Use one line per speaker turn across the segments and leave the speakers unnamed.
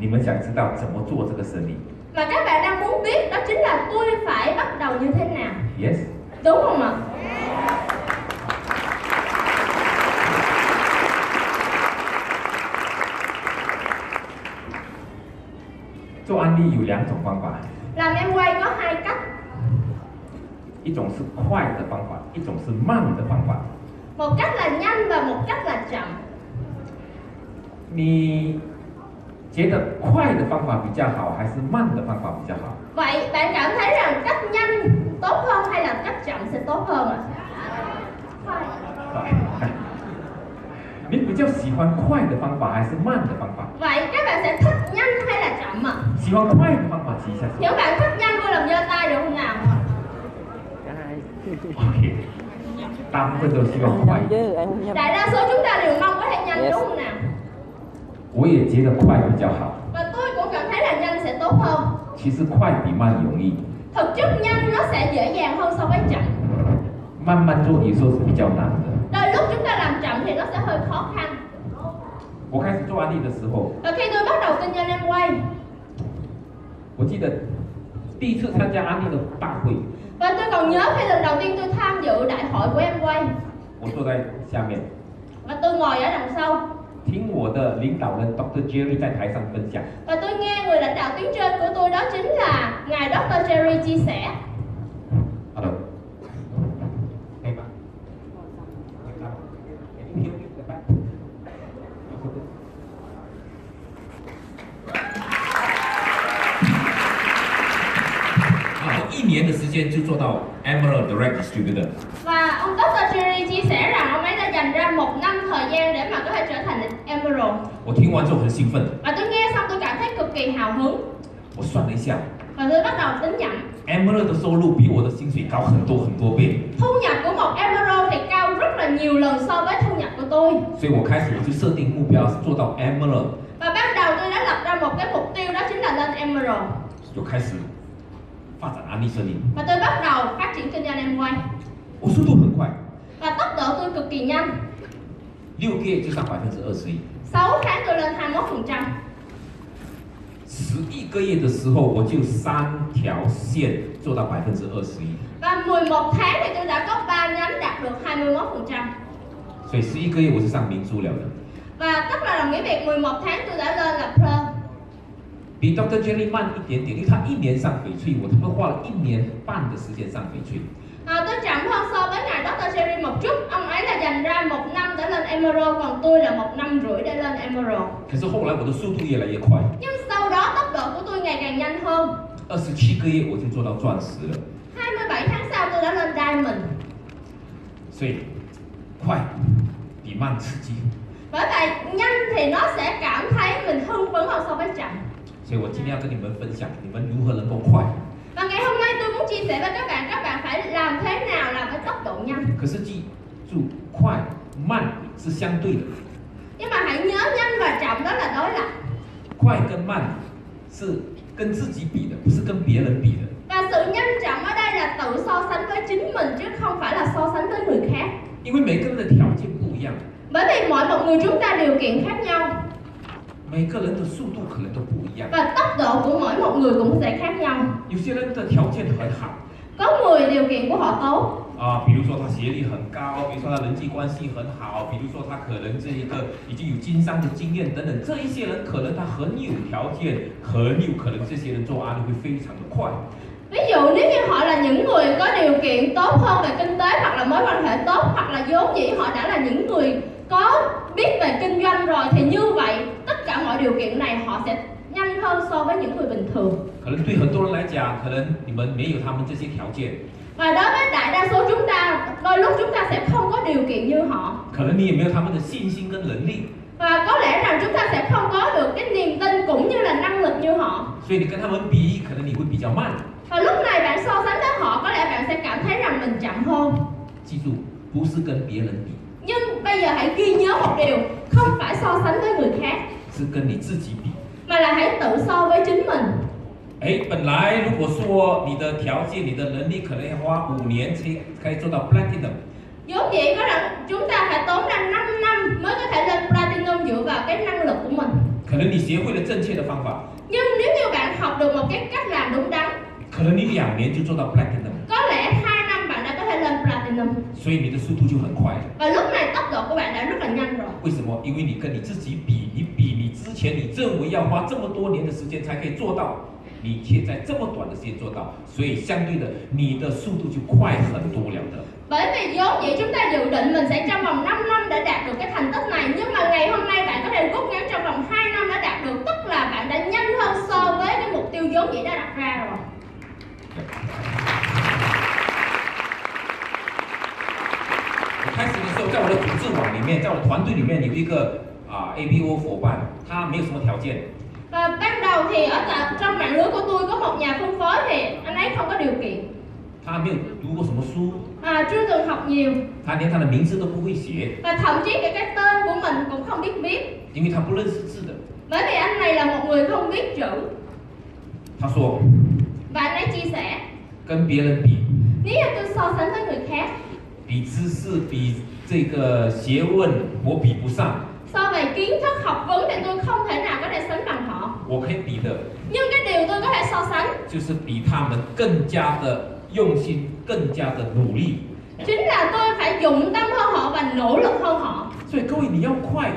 你们想知道怎么做这个生意
Mà các bạn đang muốn biết đó chính là tôi phải bắt đầu như thế nào.
？Yes。
Đúng không ạ?
做安利有两种方法，
Làm em quay có hai cách.
一种是快的方法，一种是慢的方法。
Một cách là nhanh và một cách là chậm.
你觉得快的方法比较好，还是慢的方法比较好？
Vậy bạn cảm thấy rằng cách nhanh tốt hơn hay là cách chậm sẽ tốt hơn ạ?
快你比较喜欢快的方法还是慢的方法？
Vậy các bạn sẽ thích nhanh hay là chậm ạ?
喜欢快的方法举一下手。
Những bạn thích nhanh vui lòng giơ tay được không nào?
OK。大部分都希望
Anh
快
nhầm，chứ em không nhầm
Đại đa số chúng ta đều mong có thể nhanh
Yes.
đúng không nào?
我也觉得快比较好。
Và tôi cũng cảm thấy là nhanh sẽ tốt hơn.
其实快比慢容易，
Thực chất nhanh nó sẽ dễ dàng hơn so với chậm.
慢慢做有时候是比较难的。
Đôi lúc chúng ta làm chậm thì nó sẽ hơi khó khăn.
我开始做安利的时候，
Và khi tôi bắt đầu kinh doanh em quay
我记得第一次参加安利的大会，
và tôi còn nhớ khi lần đầu tiên tôi tham dự đại hội của em quay
我坐在下面
và tôi ngồi ở đằng sau
听我的领导人 Dr. Jerry 在台上分享。
và tôi nghe người lãnh đạo tuyến trên của tôi đó chính là ngài Dr. Jerry chia sẻ
Hello，可以吗？啊，一年的时间就做到 Emerald Direct Distributor。
và ông Dr. Jerry chia sẻ rằng ông ấy đã dành ra một năm thời gian để mà có thể trở thành Emerald
我听完之后很兴奋，
và tôi nghe xong tôi cảm thấy cực kỳ hào hứng
我算了一下
và tôi bắt đầu tính nhẩm
，Emerald 的收入比我的薪水高很多很多倍，
thu nhập của một Emerald thì cao rất là nhiều lần so với thu nhập của tôi
所以我开始我就设定目标是做到 Emerald，
và ban đầu tôi đã lập ra một cái mục tiêu đó chính là lên Emerald
就开始发展安利森林。
và tôi bắt đầu phát triển kinh doanh em quay
我速度很快，
và tốc độ tôi cực kỳ nhanh
六个月就上百分之二十一。
6 tháng tôi lên 21%
十一个月的时候，我就三条线做到百分之二十一，
và 11 tháng thì tôi đã có 3 nhánh đạt được 21%
所以十一个月我是上明珠了的，
và tức là đồng nghĩa việc 11 tháng tôi đã lên là pro
比 Dr. Jerry 慢一点点，因为他一年上翡翠，我他妈花了一年半的时间上翡翠。
à, tôi chậm hơn so với ngài Dr. Jerry một chút ông ấy là dành ra một năm để lên Emerald còn tôi là một năm rưỡi để lên Emerald
可是后来我的速度越来越快，
nhưng sau đó tốc độ của tôi ngày càng nhanh hơn
二十七个月我就做到钻石了，
27 tháng sau tôi đã lên Diamond
所以快比慢刺激，
bởi vậy nhanh thì nó sẽ cảm thấy mình hưng phấn hơn so với chậm
所以我今天要跟你们分享，你们如何能够快。
Và ngày hôm nay tôi muốn chia sẻ với các bạn các bạn phải làm thế nào làm với tốc độ nhanh.
可是记住，快慢是相对的，
Nhưng mà hãy nhớ nhanh và chậm đó là đối lập.
快跟慢是跟自己比的，不是跟别人比的。
Và sự nhanh chậm ở đây là tự so sánh với chính mình chứ không phải là so sánh với người khác.
因为每个人的条件不一样，
Bởi vì mỗi một người chúng ta điều kiện khác nhau
每个人的速度可能都不一样。
và tốc độ của mỗi một người cũng sẽ khác nhau.
有些人的条件很好
Có người điều kiện của họ tốt
啊，比如说他学历很高，比如说他人际关系很好，比如说他可能这一个已经有经商的经验等等，这一些人可能他很有条件，很有可能这些人做安利会非常的快。
Ví dụ nếu như họ là những người có điều kiện tốt hơn về kinh tế hoặc là mối quan hệ tốt hoặc là vốn dĩ họ đã là những người có biết về kinh doanh rồi thì như vậy tất cả mọi điều kiện này họ sẽ nhanh hơn so với những người bình thường.
可能对很多人来讲，可能你们没有他们这些条件，
Và đối với đại đa số chúng ta, đôi lúc chúng ta sẽ không có điều kiện như họ
可能你也没有他们的信心跟能力，
và có lẽ rằng chúng ta sẽ không có được cái niềm tin cũng như là năng lực như họ.
所以你跟他们比，可能你会比较慢。
Và lúc này bạn so sánh với họ có lẽ bạn sẽ cảm thấy rằng mình chậm hơn.
记住，不是跟别人比，
Nhưng bây giờ hãy ghi nhớ một điều, không phải so sánh với người khác
是跟你自己比。
mà là hãy tự so với chính mình
哎，本来如果说你的条件、你的能力，可能要花五年才可以做到 platinum，
vốn dĩ có rằng chúng ta phải tốn ra 5 năm mới có thể lên platinum dựa vào cái năng lực của mình
可能你学会了正确的方法，
nhưng nếu như bạn học được một cái cách làm đúng đắn
可能你两年就做到 platinum，
có lẽ 2 năm bạn đã có thể lên platinum
所以你的速度就很快了。
và lúc này tốc độ của bạn đã rất là nhanh rồi
为什么？因为你跟你自己比，你比你之前你认为要花这么多年的时间才可以做到，你却在这么短的时间做到，所以相对的，你的速度就快很多了的。
bởi vì vốn dĩ chúng ta dự định mình sẽ trong vòng 5 năm đã đạt được cái thành tích này nhưng mà ngày hôm nay bạn có thể rút ngắn trong vòng 2 năm đã đạt được tức là bạn đã nhanh hơn so với cái mục tiêu vốn dĩ đã đặt ra rồi
Yeah. 我开始的时候，在我的组织网里面，在我的团队里面有一个啊、ABO 伙伴，他没有什么条件，
và ban đầu thì ở tại- trong mạng lưới của tôi có một nhà phân phối thì anh ấy không có điều kiện
他没有读过什么书，
à, chưa từng học nhiều
他连他的名字都不会写，
và thậm chí cả cái tên của mình cũng không biết viết
因为他不认识字的。
bởi vì anh này là một người không biết chữ
他说，
và anh ấy chia sẻ
跟别人比，
nếu như tôi so sánh với người khác
比知识、比这个学问，我比不上，
so về kiến thức học vấn thì tôi không thể nào có thể sánh bằng họ
我可以比的
nhưng cái điều tôi có thể so sánh
就是比他们更加的用心，更加的努力。
chính là tôi phải dụng tâm hơn họ và nỗ lực hơn họ
所以各位，你要快，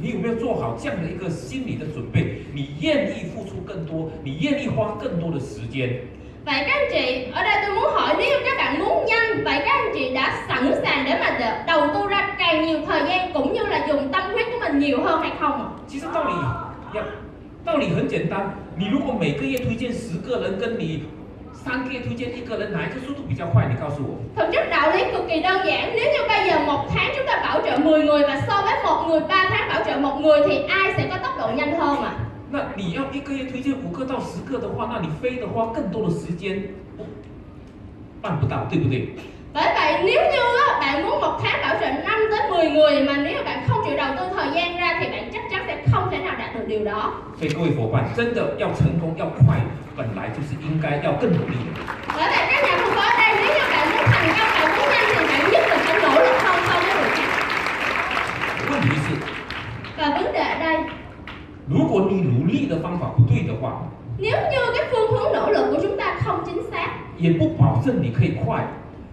你有没有做好这样的一个心理的准备？你愿意付出更多，你愿意花更多的时间，
vậy các anh chị ở đây tôi muốn hỏi nếu các bạn muốn nhanh vậy các anh chị đã sẵn sàng để mà đ- đầu tư ra càng nhiều thời gian cũng như là dùng tâm huyết của mình nhiều hơn hay không
其实道理呀，道理很简单。你如果每个月推荐十个人，跟你三个月推荐一个人，哪一个速度比较快？你告诉我。
thực chất đạo lý cực kỳ đơn giản nếu như bây giờ một tháng chúng ta bảo trợ 10 người và so với một người 3 tháng bảo trợ một người thì ai sẽ có tốc độ nhanh hơn ạ à?
那你要一个月推荐五个到十个的话，那你非得花更多的时间，哦办不到，对不对？
Bởi vậy nếu như á, bạn muốn một tháng bảo trợ 5 tới 10 người mà nếu bạn không chịu đầu tư thời gian ra thì bạn chắc chắn sẽ không thể nào đạt được điều đó.
所以各位伙伴，真的要成功要快，本来就是应该要更努力的。
Bởi vậy các nhà phân phối ở đây nếu như bạn muốn thành công, bạn muốn nhanh thì bạn nhất định phải nỗ lực hơn so với người khác.
问题是，
Và vấn đề ở đây
如果你努力的方法不对的话，
nếu như cái phương hướng nỗ lực của chúng ta không chính xác
也不保证你可以快，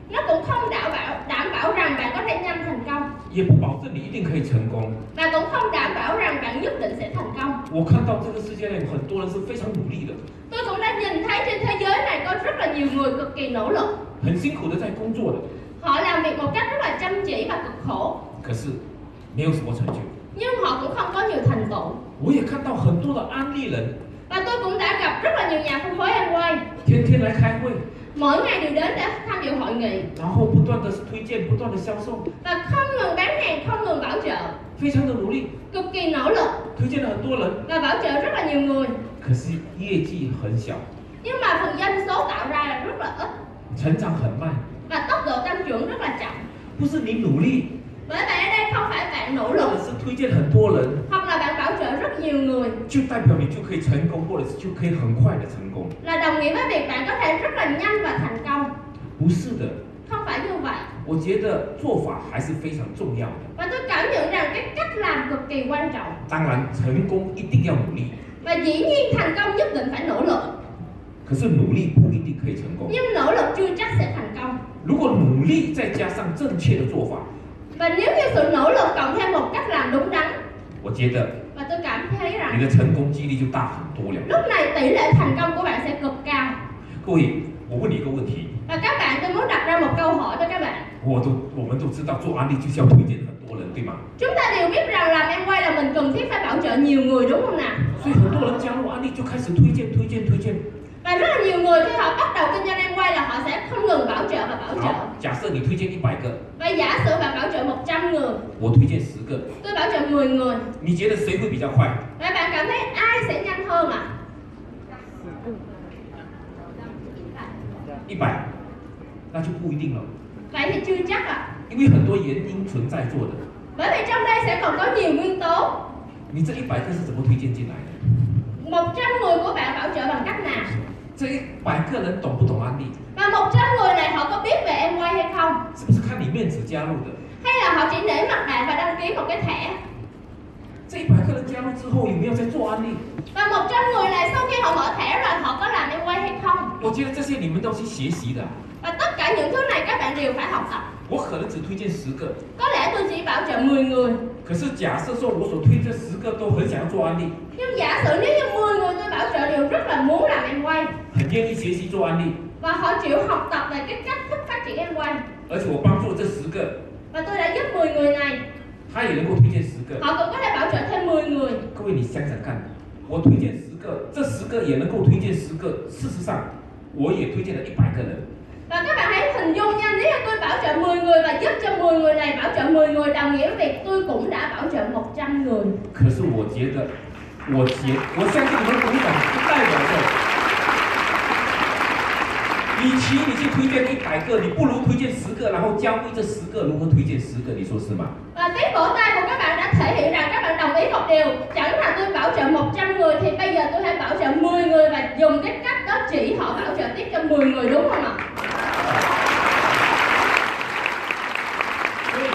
nó cũng không đảm bảo đảm bảo rằng bạn có thể nhanh thành công
也不保证你一定可以成功。
và cũng không đảm bảo rằng bạn nhất định sẽ thành công.
我看到这个世界上有很多人是非常努力的，
Tôi cũng đã nhìn thấy trên thế giới này có rất là nhiều người cực kỳ nỗ lực.
很辛苦的在工作的，
Họ làm việc một cách rất là chăm chỉ và cực khổ
可是没有什么成就。
nhưng họ cũng không có nhiều thành tựu
我也看到很多的安利人，
và tôi cũng đã gặp rất là nhiều nhà phân phối ăn quay
天天来开会，
mỗi ngày đều đến để tham dự hội nghị
然后不断的推荐，不断的销售，
và không ngừng bán hàng không ngừng bảo trợ
非常的努力，
cực kỳ nỗ lực
推荐了很多人，
và bảo trợ rất là nhiều người
可是业绩很小，
nhưng mà phần doanh số tạo ra là rất là ít
成长很慢。
và tốc độ tăng trưởng rất là chậm
不是你努力，
bởi vậy ở đây không phải bạn nỗ
或
lực
者是推荐很多人，
hoặc là bạn bảo trợ rất nhiều người
就代表你就可以成功，或者是就可以很快的成功。
là đồng nghĩa với việc bạn có thể rất là nhanh và thành công
不是的，
không phải như vậy
我觉得做法还是非常重要的。
và tôi cảm nhận rằng cái cách làm cực kỳ quan trọng
当然，成功一定要努力，
và dĩ nhiên thành công nhất định phải nỗ lực
可是努力不一定可以成功。
nhưng nỗ lực chưa chắc sẽ thành công
如果努力再加上正确的做法，
và nếu như sự nỗ lực cộng thêm một cách làm đúng đắn
我觉得
và tôi cảm thấy rằng
你的成功几率就大很多了。
lúc này tỷ lệ thành công của bạn sẽ cực cao
各位，我问你一个问题，
và các bạn tôi muốn đặt ra một câu hỏi cho các bạn
我都我们都知道做安利就是要推荐很多人，对吗？
chúng ta đều biết rằng làm em quay là mình cần thiết phải bảo trợ nhiều người đúng không nào
所以很多人加入安利就开始推荐推荐推荐。
và rất là nhiều người khi họ bắt đầu kinh doanh em quay là họ sẽ không ngừng bảo trợ và bảo trợ
好，假设你推荐一百个，
và giả sử bạn bảo trợ 100 người
我推荐十个，
tôi bảo trợ 10 người
你觉得谁会比较快？
và bạn cảm thấy ai sẽ nhanh hơn ạ à?
一百，那就不一定了，
vậy thì chưa chắc ạ à.
因为很多原因存在做的。
Bởi vì trong đây sẽ còn có nhiều nguyên tố
你这一百个是怎么推荐进来的？
100 người của bạn bảo trợ bằng cách nào
这一百个人懂不懂安利？
Và 100 người này họ có biết về em quay hay không
是不是看你面子加入的？
Hay là họ chỉ để mặt bạn và đăng ký một cái thẻ
这一百个人加入之后，有没有在做安利？
và 100 người này sau khi họ mở thẻ rồi họ có làm em quay hay không
我觉得这些你们都是学习的啊。
và tất cả những thứ này các bạn đều phải học tập
我可能只推荐十个，
có lẽ tôi chỉ bảo trợ 10 người
可是假设说我所推这十个都很想要做安利，
nhưng giả sử nếu như 10 người tôi bảo trợ đều rất là muốn làm em quay
很愿意学习做安利，
và họ chịu học tập về cái cách thức phát triển em quay
而且我帮助这十个，
và tôi đã giúp 10 người này
他也能够推荐十个。
họ cũng có thể bảo trợ thêm 10 người
各位，你想想看，我推荐十个，这十个也能够推荐十个。事实上，我也推荐了一百个人。
và các bạn hãy hình dung nha nếu như tôi bảo trợ 10 người và giúp cho 10 người này bảo trợ 10 người đồng nghĩa việc tôi cũng đã bảo trợ 100 người
可是我觉得，我觉我相信你们鼓掌不代表着，与其你去推荐一百个，你不如推荐十个，然后教会这十个如何推荐十个，你说是吗？
Và tiếng vỗ tay của các bạn đã thể hiện rằng các bạn đồng ý một điều Chẳng là tôi bảo trợ 100 người thì bây giờ tôi hãy bảo trợ 10 người Và dùng cái cách đó chỉ họ bảo trợ tiếp cho 10 người đúng không ạ?
所以，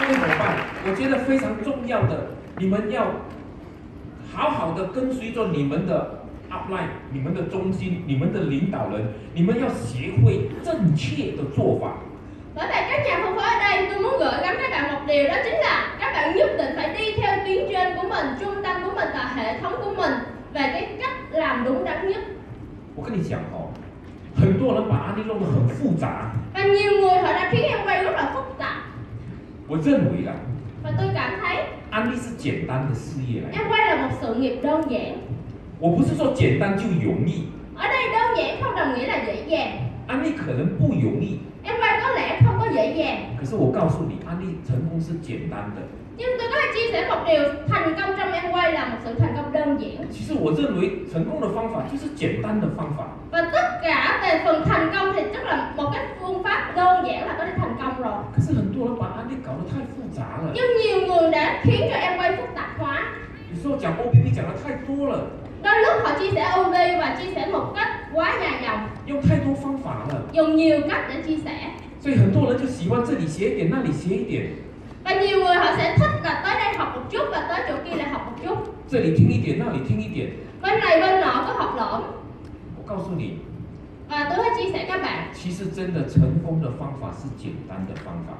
各位伙伴，我觉得非常重要的，你们要好好的跟随着你们的 upline、你们的中心、你们的领导人，你们要学会正确的做法。
Bởi vậy các nhà phân phối ở đây tôi muốn gửi gắm các bạn một điều đó chính là Các bạn nhất định phải đi theo tuyến trên của mình, trung tâm của mình và hệ thống của mình Về cái cách làm đúng đắn nhất
我跟你讲哦，很多人把案例弄得很复杂，
Và nhiều người họ đã khiến em quay rất là phức tạp
我认为啊，
Và tôi cảm thấy
安利是简单的事业来的。
em quay là một sự nghiệp đơn giản
我不是说简单就容易，
Ở đây đơn giản không đồng nghĩa là dễ dàng
安利可能不容易，
Em quay có lẽ không có dễ dàng
可是我告诉你，安利成功是简单的。
Nhưng tôi có thể chia sẻ một điều Thành công trong em quay là một sự thành công đơn giản
其实我认为成功的方法就是简单的方法。
Và tất cả về phần thành công thì tức là một cái phương pháp đơn giản là có thể thành công rồi
可是很多人把安利搞得太复杂了，
Nhưng nhiều người đã khiến cho em quay phức tạp hóa
有时候讲 O P P 讲的太多了，
Đôi lúc họ chia sẻ OV và chia sẻ một cách quá dài dòng
用太多方法了，
Dùng nhiều cách để chia sẻ
所以很多人就喜欢这里学一点，那里学一点，
Và nhiều người họ sẽ thích là tới đây học một chút và tới chỗ kia lại học một chút
这里听一点，那里听一点。
Bên này bên nọ có học lộn
我告诉你，
Và tôi có chia sẻ các bạn
其实真的成功的方法是简单的方法，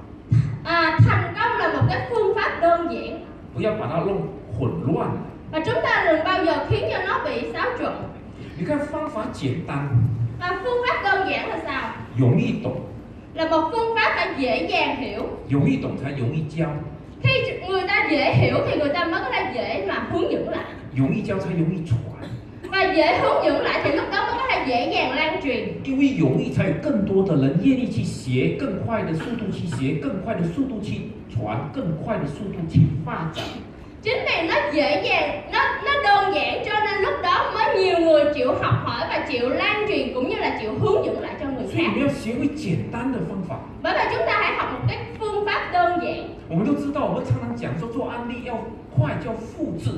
à, Thành công là một cái phương pháp đơn giản
不要把它弄混乱了。
Và chúng ta đừng bao giờ khiến cho nó bị xáo trộn
你看方法简单，
Và phương pháp đơn giản là sao?
容易懂，
Là một phương pháp phải dễ dàng hiểu
容易懂才容易教，
Khi người ta dễ hiểu thì người ta mới có thể dễ mà hướng dẫn lại
容易教才容易传，
Và dễ hướng dẫn lại thì lúc đó mới có thể dễ dàng lan truyền
因为容易才有更多的人愿意去学，更快的速度去学，更快的速度去传，更快的速度去发展。
Chính vì nó dễ dàng, nó, nó đơn giản cho nên lúc đó mới nhiều người chịu học hỏi và chịu lan truyền cũng như là chịu hướng dẫn lại cho người
所以
khác
你要学会简单的方法。
Bởi vậy chúng ta hãy học một cái phương pháp đơn giản
我们都知道，我们常常讲说做案例要快，叫复制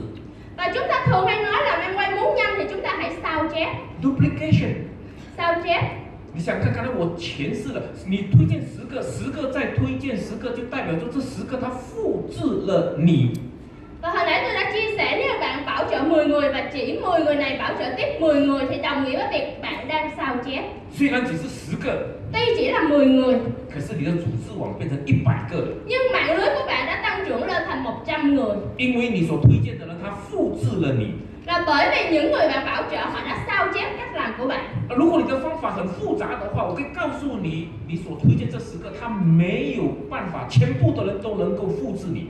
Và chúng ta thường hay nói là em quay muốn nhanh thì chúng ta hãy sao chép
（duplication）。
Sao chép
你想看，刚才我诠释了，你推荐十个，十个再推荐十个，就代表说这十个它复制了你。
Và hồi nãy tôi đã chia sẻ nếu bạn bảo trợ 10 người và chỉ 10 người này bảo trợ tiếp 10 người thì đồng nghĩa với việc bạn đang sao chép.
虽然只是十个，
Tuy chỉ là 10 người
可是你的组织网变成一百个了，
nhưng mạng lưới của bạn đã tăng trưởng lên thành 100 người
因为你所推荐的人他复制了你。
là bởi vì những người bạn bảo trợ họ đã sao chép cách làm của bạn.
啊如果你的方法很复杂的话，我可以告诉你，你所推荐这十个，他没有办法全部的人都能够复制你。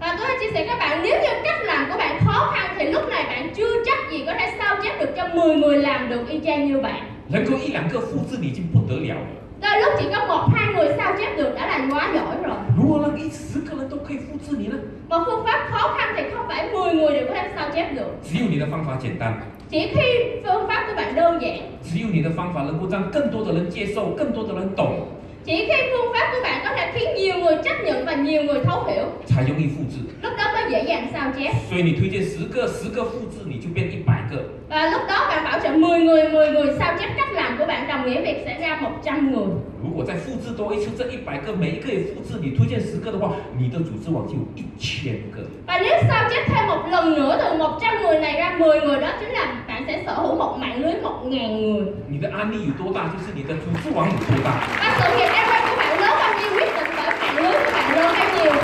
Và tôi đã chia sẻ các bạn nếu như cách làm của bạn khó khăn thì lúc này bạn chưa chắc gì có thể sao chép được cho 10 người làm được y chang như bạn.
能够一两个复制你已经不得了了。
Đôi lúc chỉ có một hai người sao chép được đã là quá giỏi rồi.
如果让一十个人都可以复制你呢？
Một phương pháp khó khăn thì không phải 10 người đều có thể sao chép được.
只有你的方法简单，
Chỉ khi phương pháp của bạn đơn giản,
只有你的方法能够让更多的人接受，更多的人懂，
chỉ khi phương pháp của bạn có thể khiến nhiều người chấp nhận và nhiều người thấu hiểu,
才容易复制。
lúc đó mới dễ dàng sao chép.
所以你推荐十个，十个复制你就变一百个，
Và và lúc đó bạn bảo trợ 10 người 10 người sao chép cách làm của bạn đồng nghĩa việc sẽ ra 100 người
如果再复制多一次这一百个，每一个也复制，你推荐十个的话，你的组织网就有一千个。
và nếu sao chép thêm một lần nữa từ 100 người này ra 10 người đó chính là bạn sẽ sở hữu một mạng lưới 1.000 người
你的案例有多大，就是你的组织网有多大。
và sự nghiệp em của bạn lớn bao nhiêu quyết định bởi mạng lưới của bạn lớn bao nhiêu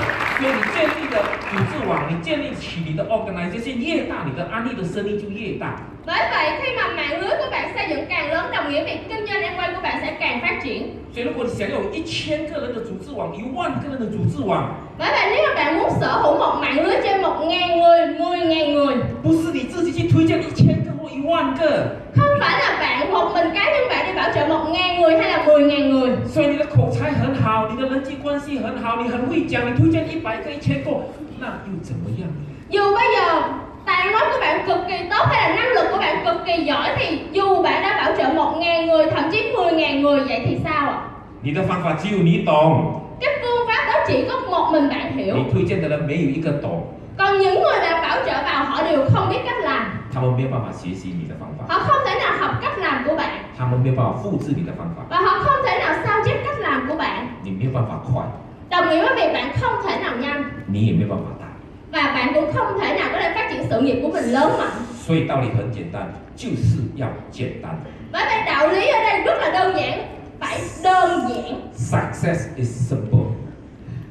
所以你建立的组织网，你建立起你的 organization 越大，你的案例的生意就越大。
bởi vậy khi mà mạng lưới của bạn xây dựng càng lớn đồng nghĩa việc kinh doanh em của bạn sẽ càng phát triển
所以如果你想有一千个人的组织网，一万个人的组织网，
Bởi vậy nếu mà bạn muốn sở hữu một mạng lưới trên 1.000 người, 10.000 người
不是你自己去推荐一千个或一万个，
Không phải là bạn một mình cá nhân bạn đi bảo trợ 1.000 người hay là 10.000 người
所以你的口才很好，你的人际关系很好，你很会讲，你推荐一百个、一千个，那又怎么样？
Dù bây giờ tài nói của bạn cực kỳ tốt hay là năng lực của bạn cực kỳ giỏi Thì dù bạn đã bảo trợ 1.000 người, thậm chí 10.000 người vậy thì sao ạ?
你的方法只有你懂，
Cái phương pháp đó chỉ có một mình bạn hiểu
你推荐的人没有一个懂，
Còn những người bạn bảo trợ vào họ đều không biết cách làm
他们没有办法学习你的方法，
Họ không thể nào học cách làm của bạn
他们没有办法复制你的方法，
Và họ không thể nào sao chép cách làm của bạn
你没有办法快，
Đồng nghĩa với việc bạn không thể nào nhanh
你也没有办法大。
và bạn cũng không thể nào có thể phát triển sự nghiệp của mình lớn mạnh
所以道理很简单，就是要简单。
bởi vậy đạo lý ở đây rất là đơn giản phải đơn giản
Success is simple.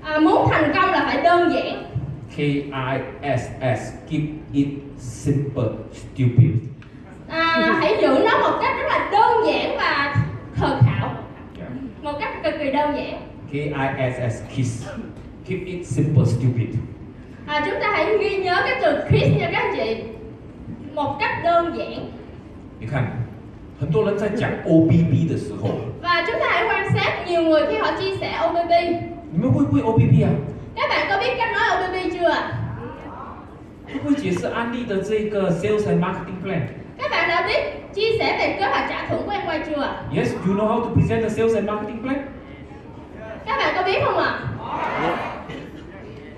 à, muốn thành công là phải đơn giản
K I S S. Keep it simple, stupid.
à, hãy giữ nó một cách rất là đơn giản và khờ khạo
Yeah.
một cách cực kỳ đơn giản
K I S S. Kiss. Keep it simple, stupid.
à, chúng ta hãy ghi nhớ cái từ kiss nha các anh chị một cách đơn giản
你看，很多人在讲 O B B 的时候，
và chúng ta hãy quan sát nhiều người khi họ chia sẻ OBB
你们会不会 O B B 啊？
các bạn có biết cách nói OBB chưa ạ?
会不会解释安利的这个 Sales and Marketing Plan?
các bạn đã biết chia sẻ về kế hoạch trả thưởng của em quay chưa ạ?
Yes, you know how to present the sales and marketing plan?
các bạn có biết không ạ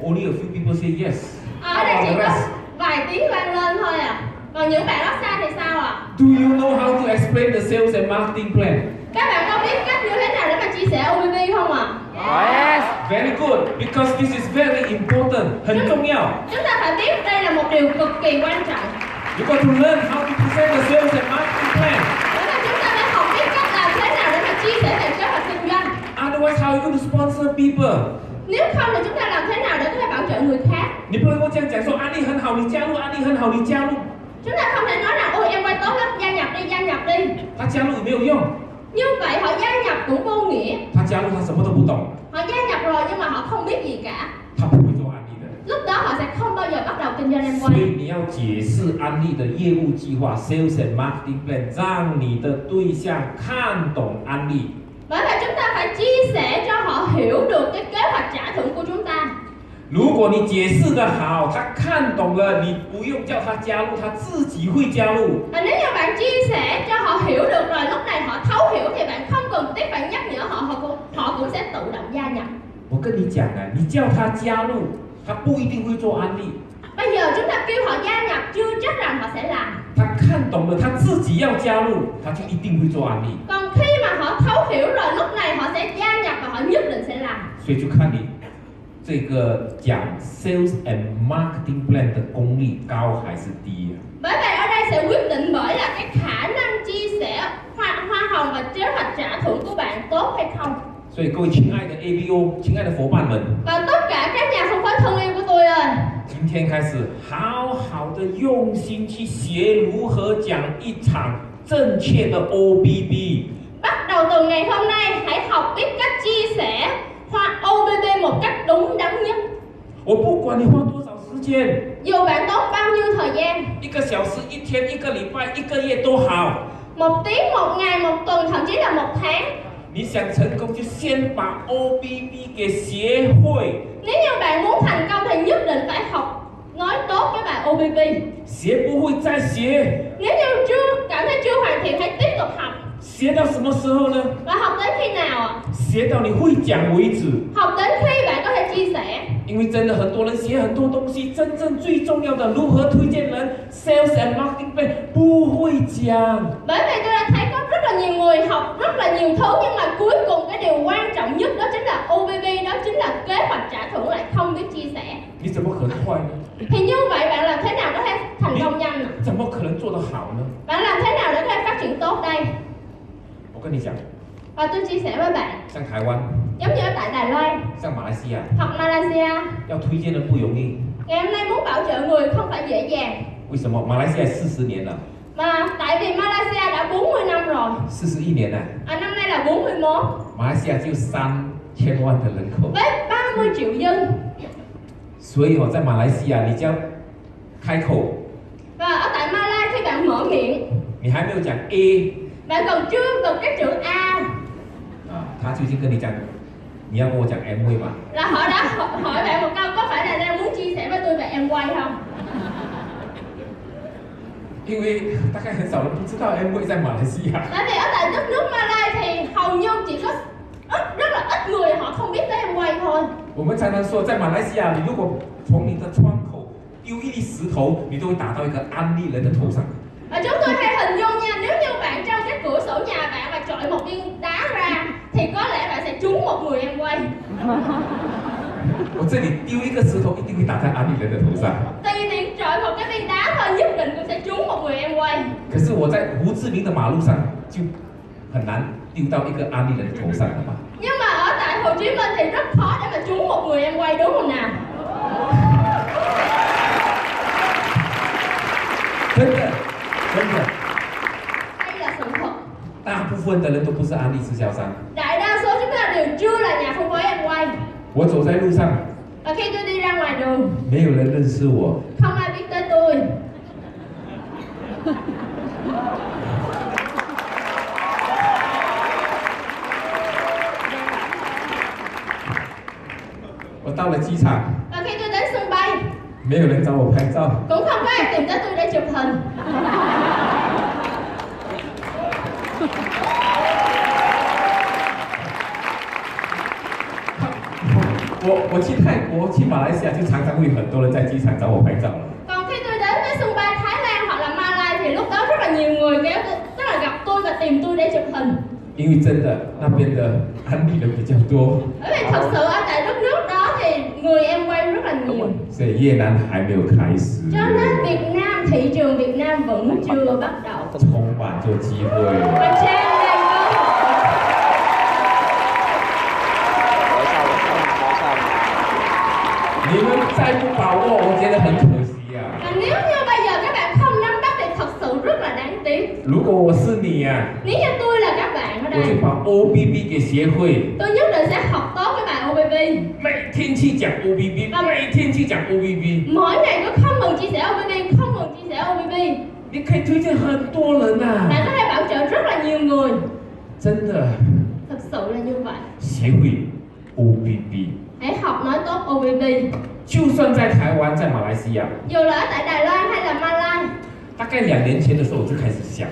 Only a few people say yes.
ở đây
How
chỉ
about the
có
rest?
vài tiếng vang lên thôi à còn những bạn đó xa thì sao ạ
Do you know how to explain the sales and marketing plan?
các bạn có biết cách như thế nào để mà chia sẻ OBB không ạ
Yes.
Very good, because this is very important. 很重要。
chúng ta phải biết đây là một điều cực kỳ quan trọng
You got to learn how to present the sales and marketing plan.
bởi vì chúng ta phải học biết cách làm thế nào để mà chia sẻ về kế hoạch kinh doanh
Otherwise, how are you going to sponsor people?
nếu không thì chúng ta làm thế nào để có thể bảo trợ người khác
你不能够这样讲说安利很好，你加入安利很好，你加入，
chúng ta không thể nói là ôi em quay tốt lắm gia nhập đi gia nhập đi
他加入也没有用，
như vậy họ gia nhập cũng vô nghĩa
他加入他什么都不懂，
họ gia nhập rồi nhưng mà họ không biết gì cả
他不会做安利的。
lúc đó họ sẽ không bao giờ bắt đầu kinh doanh em
所
quay
以你要解释安利的业务计划 （sales and marketing plan），让你的对象看懂安利。
Bởi vậy chúng ta phải chia sẻ cho họ hiểu được cái kế hoạch trả thưởng của chúng ta
如果你解释的好，他看懂了，你不用叫他加入，他自己会加入。
Và nếu như bạn chia sẻ cho họ hiểu được rồi lúc này họ thấu hiểu thì bạn không cần tiếp bạn nhắc nhở họ họ cũng, họ cũng sẽ tự động gia nhập
我跟你讲啊，你叫他加入，他不一定会做安利。
Bây giờ chúng ta kêu họ gia nhập chưa chắc rằng họ sẽ làm
他看懂了，他自己要加入，他就一定会做安利。
Còn khi mà họ thấu hiểu rồi lúc này họ sẽ gia nhập và họ nhất định sẽ làm
所以就看你这个讲 sales and marketing plan 的功力高还是低啊。
Bởi vậy ở đây sẽ quyết định bởi là cái khả năng chia sẻ hoa, hoa hồng và kế hoạch trả thưởng của bạn tốt hay không
所以各位亲爱的 ABO，亲爱的伙伴们，
Và tất cả các nhà phân phối thân yêu của tôi ơi
今天开始好好的用心去学如何讲一场正确的 OBB。
Bắt đầu từ ngày hôm nay hãy học biết cách chia sẻ hoa OBB một cách đúng đắn nhất.
我不管你花多少时间，
Dù bạn tốn bao nhiêu thời gian,
一个小时、一天、一个礼拜、一个月都好，
một tiếng, một ngày, một tuần, thậm chí là một tháng.
你想成功就先把 OBB 给学会。
Nếu như bạn muốn thành công thì nhất định phải học nói tốt với bài OBB.
学不会再学，
Nếu như chưa cảm thấy chưa hoàn thiện hãy tiếp tục học.
学到什么时候呢？
và học tới khi nào ạ?
学到你会讲为止。
học đến khi bạn có thể chia sẻ
因为真的很多人写很多东西，真正最重要的如何推荐人，sales and marketing plan 不会讲。
bởi vì tôi đã thấy có rất là nhiều người học rất là nhiều thứ nhưng mà cuối cùng cái điều quan trọng nhất đó chính là OBB đó chính là kế hoạch trả thưởng lại không biết chia sẻ
你怎么可能快呢？
thì như vậy bạn làm thế nào để có thể thành công nhanh ạ?
怎么可能做得好呢？
bạn làm thế nào để có thể phát triển tốt đây
我跟你讲，
và tôi chia sẻ với bạn
像台湾、
giống như ở tại Đài Loan
像马来西亚，
hoặc Malaysia
要推荐人不容易。
ngày hôm nay muốn bảo trợ người không phải dễ dàng
为什么？马来西亚四十年了，
mà tại vì Malaysia đã 40 năm rồi
四十一年了，
à, năm nay là 41
马来西亚只有三千万的人口，
với 30 triệu dân
所以哦，在马来西亚，你只要开口，
và ở tại Malaysia khi bạn mở miệng
你还没有讲 A
bạn còn chưa cần cái chữ A
啊，他就已经跟你讲，你要跟我讲 M 会吧？
là họ đã hỏi hỏi bạn một câu có phải là đang muốn chia sẻ với tôi về em quay không
因为大概很少人不知道 M 会在马来西亚，
tại vì ở tại đất nước Malaysia thì hầu như chỉ có ít rất là ít người họ không biết tới em quay thôi
我们常常说，在马来西亚，你如果从你的窗口丢一粒石头，你都会打到一个安利人的头上。
và chúng tôi hay hình dung nha nếu như bạn trong cái cửa sổ nhà bạn mà chọi một viên đá ra thì có lẽ bạn sẽ trúng một người em quay
我这里丢一个石头，一定会打在安利人的头上。
tùy tiện chọi một cái viên đá thôi nhất định cũng sẽ trúng một người em quay
可是我在胡志明的马路上就很难丢到一个安利人的头上了吧？
Nhưng mà ở tại Hồ Chí Minh thì rất khó để mà trúng một người em quay đúng không nào?
真的，真的，
Đây là sự thật.
大部分的人都不是安利直销商。
Đại đa số chúng ta đều chưa là nhà phân phối em quay.
我走在路上，
Và khi tôi đi ra ngoài đường,
没有人认识我，
không ai biết tới tôi.
我到了机场，
Và khi tôi đến sân bay,
没有人找我拍照。
cũng không có ai tìm tới tôi để chụp hình.
我我去泰国、去马来西亚，就常常会有很多人在机场找我拍照了。
Còn khi tôi đến với sân bay Thái Lan hoặc là Malai thì lúc đó rất là nhiều người kéo tôi, tức là gặp tôi và tìm tôi để chụp hình.
因为真的那边的安利人比较多，
Bởi vì thật sự ở tại đất nước đó thì người em quay rất là nhiều.
所以越南还没有开始，
Cho nên Việt Nam, thị trường Việt Nam vẫn chưa bắt đầu.
充满着机会。
Và tràn đầy cơ hội.
我下午，我下午。
你们再不把握，我觉得很可惜啊呀、
Và nếu như bây giờ các bạn không nắm bắt thì thật sự rất là đáng tiếc
如果我是你呀、
Nếu như tôi là các bạn ở
我就
đây
把 OBB 给协会，
Tôi nhất định sẽ học tốt với bạn OBB
每天去讲 OBB，每天去讲 OBB，
Mỗi ngày tôi không ngừng chia sẻ OBB, không ngừng chia sẻ OBB
你可以推荐很多人呐、
Bạn có thể bảo trợ rất là nhiều người
真的，
Thật sự là như vậy
协会 OBB，
Hãy học nói tốt OBB
就算在台湾，在马来西亚，
Dù là ở tại Đài Loan hay là Malai
大概两年前的时候我就开始想，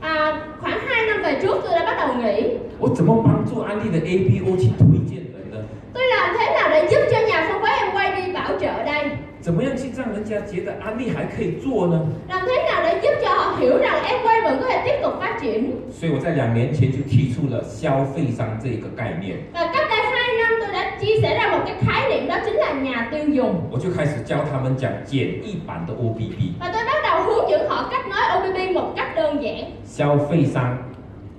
à, Khoảng 2 năm về trước tôi đã bắt đầu nghĩ
我怎么帮助安利的 ABO 去推荐人呢？
Tôi làm thế nào để giúp cho nhà phân phối em quay đi bảo trợ đây
怎么样去让人家觉得安利还可以做呢？
Làm thế nào để giúp cho họ hiểu rằng em quay vẫn có thể tiếp tục phát triển
所以我在两年前就提出了消费商这一个概念。
Và cách đây 2 năm tôi đã chia sẻ ra một cái khái niệm đó chính là nhà tiêu dùng
我就开始教他们讲简易版的 OBB，
Và tôi bắt đầu hướng dẫn họ cách nói OBB một cách đơn giản
消费商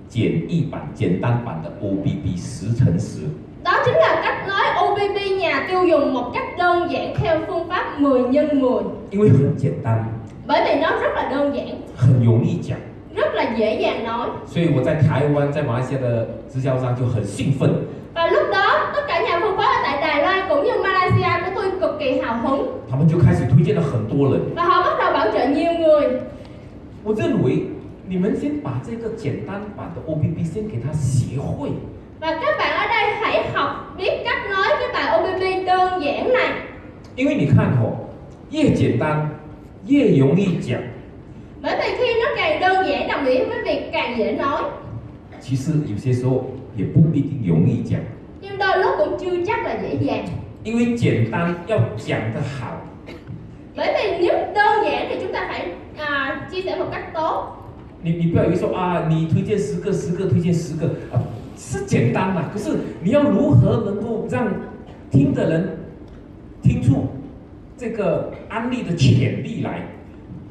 简易版、简单版的 OBB 十乘十。
Đó chính là cách nói OBB nhà tiêu dùng một cách đơn giản theo phương pháp 10 nhân 10
因为很简单，
Bởi vì nó rất là đơn giản,
很容易讲，
rất là dễ dàng nói
所以我在台湾、在马来西亚的直销商就很兴奋。
Và lúc đó tất cả nhà phân phối ở tại Đài Loan cũng như Malaysia của tôi cực kỳ hào hứng
他们就开始推荐了很多人。
Và họ bắt đầu bảo trợ nhiều người
我认为你们先把这个简单版的 OBB 先给它学会，
Và các bạn ở đây hãy học biết cách nói cái bài OBB đơn giản này
因为你看哦，越简单越容易讲，
Bởi vì khi nó càng đơn giản đồng nghĩa với việc càng dễ nói
其实有些时候也不一定容易讲，
nhưng đôi lúc cũng chưa chắc là dễ dàng
因为简单要讲得好，
bởi vì nếu đơn giản thì chúng ta phải à, chia sẻ một cách tốt
你你不要以为说啊，你推荐十个十个推荐十个啊，是简单嘛，可是你要如何能够让听的人听出这个安利的潜力来？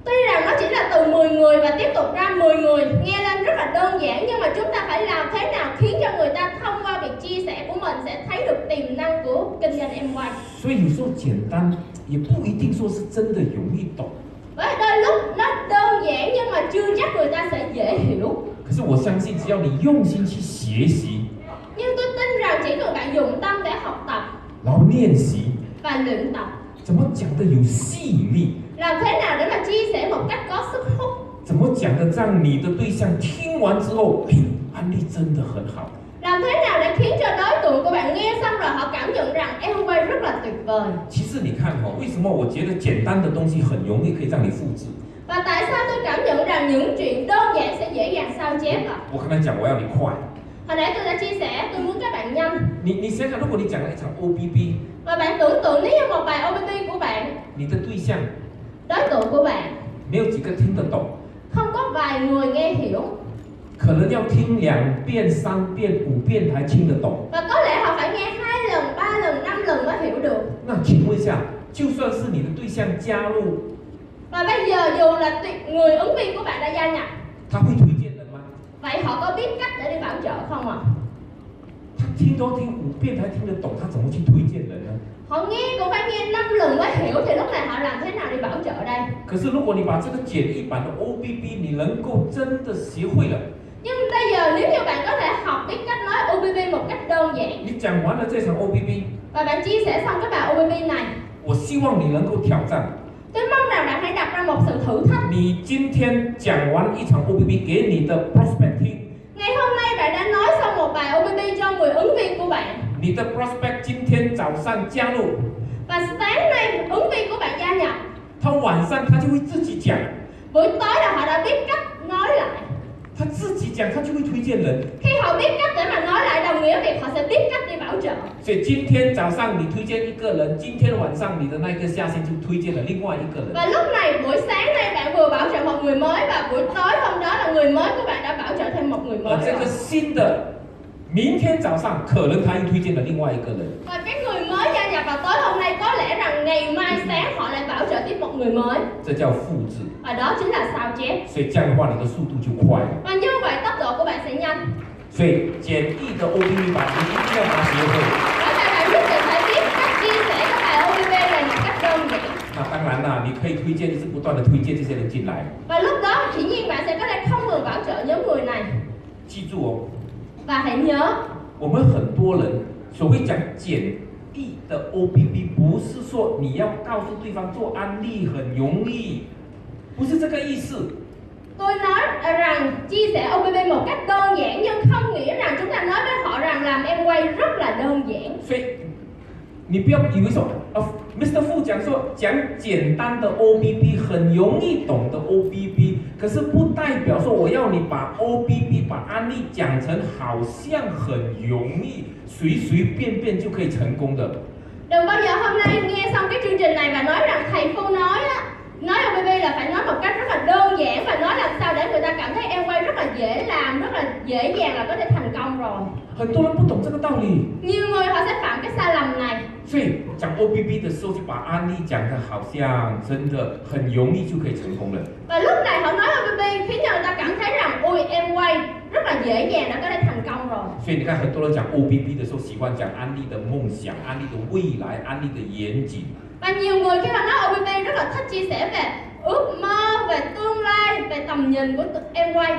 tuy rằng nó chỉ là từ 10 người và tiếp tục ra 10 người nghe lên rất là đơn giản nhưng mà chúng ta phải làm thế nào khiến cho người ta thông qua việc chia sẻ của mình sẽ thấy được tiềm năng của kinh doanh em quay
所以有时候简单也不一定说是真的容易懂。
bởi vì đôi lúc nó đơn giản nhưng mà chưa chắc người ta sẽ dễ hiểu
可是我相信，只要你用心去学习，
nhưng tôi tin rằng chỉ cần bạn dùng tâm để học tập
然后练习，
và luyện tập
怎么讲的有吸引力，
làm thế nào để mà chia sẻ một cách có sức hút
怎么讲的让你的对象听完之后，哎，安利真的很好。
làm thế nào để khiến cho đối tượng của bạn nghe xong rồi họ cảm nhận rằng em quay rất là tuyệt vời
其实你看哈、哦，为什么我觉得简单的东西很容易可以让你复制？
và tại sao tôi cảm nhận rằng những chuyện đơn giản sẽ dễ dàng sao chép ạ
我刚才讲我要你快，
hồi nãy tôi đã chia sẻ tôi muốn các bạn nhanh
你你想想，如果你讲了一场 OBB，
và bạn tưởng tượng nếu như một bài OBP của bạn
你的对象
đối tượng của bạn
没有几个听得懂，
không có vài người nghe hiểu
可能要听两遍、三遍、五遍才听得懂。
và có lẽ họ phải nghe hai lần ba lần năm lần mới hiểu được
那请问一下，就算是你的对象加入，
và bây giờ dù là tuyệt người ứng viên của bạn đã gia nhập
他会推荐人吗？
vậy họ có biết cách để đi bảo trợ không ạ
他听都听五遍才听得懂，他怎么去推荐人呢？
họ nghe cũng phải nghe năm lần mới hiểu thì lúc này họ làm thế nào để bảo trợ đây
可是如果你把这个简易版的 OBB，你能够真的学会了，
Nhưng bây giờ nếu như bạn có thể học biết cách nói OBB một cách đơn giản
你讲完了这场 OBB，
và bạn chia sẻ xong cái bài OBB này,
我希望你能够挑战。
tôi mong rằng bạn hãy đặt ra một sự thử thách.
你今天讲完一场 OBB 给你的 prospect 听，
Ngày hôm nay bạn đã nói xong một bài OBB cho 10 ứng viên của bạn
你的 prospect 今天早上加入，
và sáng nay ứng viên của bạn gia nhập.
他晚上他就会自己讲，
Buổi tối là họ đã biết cách nói lại.
他自己讲他就会推荐人。
Khi họ biết cách để mà nói lại đồng nghĩa việc họ sẽ biết cách đi bảo trợ.
所以今天早上你推荐一个人，今天晚上你的那个下线就推荐了另外一个人。
Và lúc này buổi sáng nay bạn vừa bảo trợ một người mới và buổi tối hôm đó là người mới của bạn đã bảo trợ thêm một người
而
mới.
这
Rồi.
个新的，明天早上可能他又推荐了另外一个人，
Và cái người mới gia nhập vào tối hôm nay có lẽ rằng ngày mai sáng họ lại bảo trợ tiếp một người mới
这叫复制。
Và đó chính là sao chép
所以这样的话，你的速度就快了。
Và như vậy tốc độ của bạn sẽ nhanh
所以简易的 OBB 版你一定要把它学会。
Bởi vậy bạn nhất định phải biết cách chia sẻ các bài OBP này một cách đơn giản
那当然啦，你可以推荐，一直不断的推荐这些人进来。
Và lúc đó dĩ nhiên bạn sẽ có thể không ngừng bảo trợ nhóm người này
记住哦，
Và hãy nhớ
我们很多人所谓讲简易的 OBB，不是说你要告诉对方做安利很容易，不是这个意思。
Tôi nói rằng chia sẻ OBP một cách đơn giản Nhưng không nghĩa rằng chúng ta nói với họ rằng làm em quay rất là đơn giản
所以你不要以为说啊，Mr. Fu 讲说讲简单的 OBB 很容易懂的 OBB，可是不代表说我要你把 OBB 把安利讲成好像很容易，随随便便就可以成功的。
Đừng bao giờ hôm nay nghe xong cái chương trình này và nói rằng thầy cô nói á Nói OBB là phải nói một cách rất là đơn giản và nói làm sao để người ta cảm thấy em quay rất là dễ làm, rất là dễ dàng là có thể thành công rồi
很多人不懂这个道理，
Nhiều người họ sẽ phạm cái sai lầm này
所以讲 OBB 的时候就把安利讲的好像真的很容易就可以成功了。
Và lúc này họ nói OBB khiến cho người ta cảm thấy rằng Ôi em quay rất là dễ dàng đã có thể thành công rồi
所以你看，很多人讲 OBB 的时候，喜欢讲安利的梦想、安利的未来、安利的远景。
Và nhiều người khi mà nói OBB rất là thích chia sẻ về ước mơ, về tương lai, về tầm nhìn của tụi em quay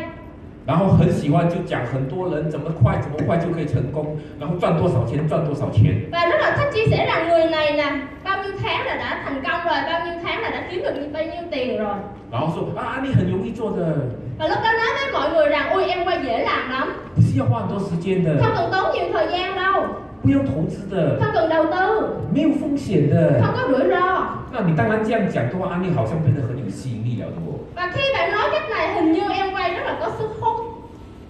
然后很喜欢就讲很多人怎么快怎么快就可以成功，然后赚多少钱赚多少钱。
và rất là thích chia sẻ rằng người này nè bao nhiêu tháng là đã thành công rồi bao nhiêu tháng là đã kiếm được bao nhiêu tiền rồi
然后说啊，你很容易做的，
và lúc đó nói với mọi người rằng ui em quay dễ làm lắm
不是要花很多时间的，
không cần tốn nhiều thời gian đâu
不用投资的，
không cần đầu tư
没有风险的。
không có rủi ro
那你当然这样讲的话，安利好像变得很有吸引力了的哦。
và khi bạn nói cách này hình như em quay rất là có sức hút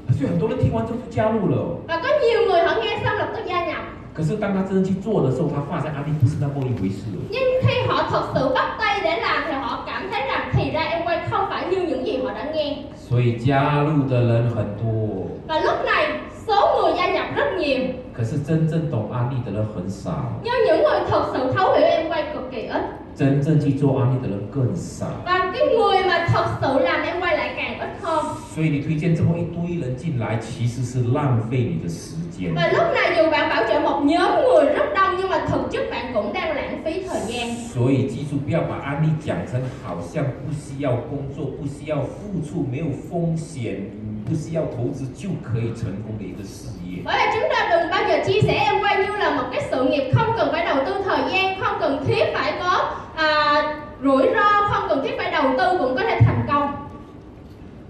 所所以很多人听完之后就加入了。哦
và có nhiều người họ nghe xong lập tức gia nhập
可是当他真正去做的时候，他发现阿弟不是那么一回事了。
nhưng khi họ thật sự bắt tay để làm thì họ cảm thấy rằng thì ra em quay không phải như những gì họ đã nghe
所以加入的人很多，
và lúc này số người gia nhập rất nhiều
可是真正懂安利的人很少，
nhưng những người thật sự thấu hiểu em quay cực kỳ ít
真正去做安利的人更少。
và cái người mà thật sự làm em quay lại càng ít hơn
所以你推荐这么一堆人进来，其实是浪费你的时间。
và lúc này dù bạn bảo trợ một nhóm người rất đông nhưng mà thực chất bạn cũng đang lãng phí thời gian
所以记住，不要把安利讲成好像不需要工作、不需要付出、没有风险、不需要投资就可以成功的一个事业。
bởi vậy chúng ta đừng bao giờ chia sẻ em quay như là một cái sự nghiệp không cần phải đầu tư thời gian không cần thiết phải có à, rủi ro không cần thiết phải đầu tư cũng có thể thành công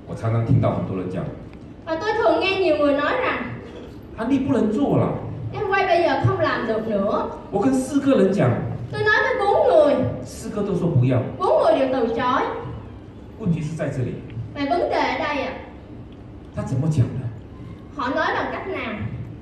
我常常听到很多人讲，
và tôi thường nghe nhiều người nói rằng
安利不能做了。
em quay bây giờ không làm được nữa
我跟四个人讲，
tôi nói với bốn người
四个都说不要。
bốn người đều từ chối
问题是在这里，
và vấn đề ở đây ạ
他怎么讲呢？
họ nói bằng cách nào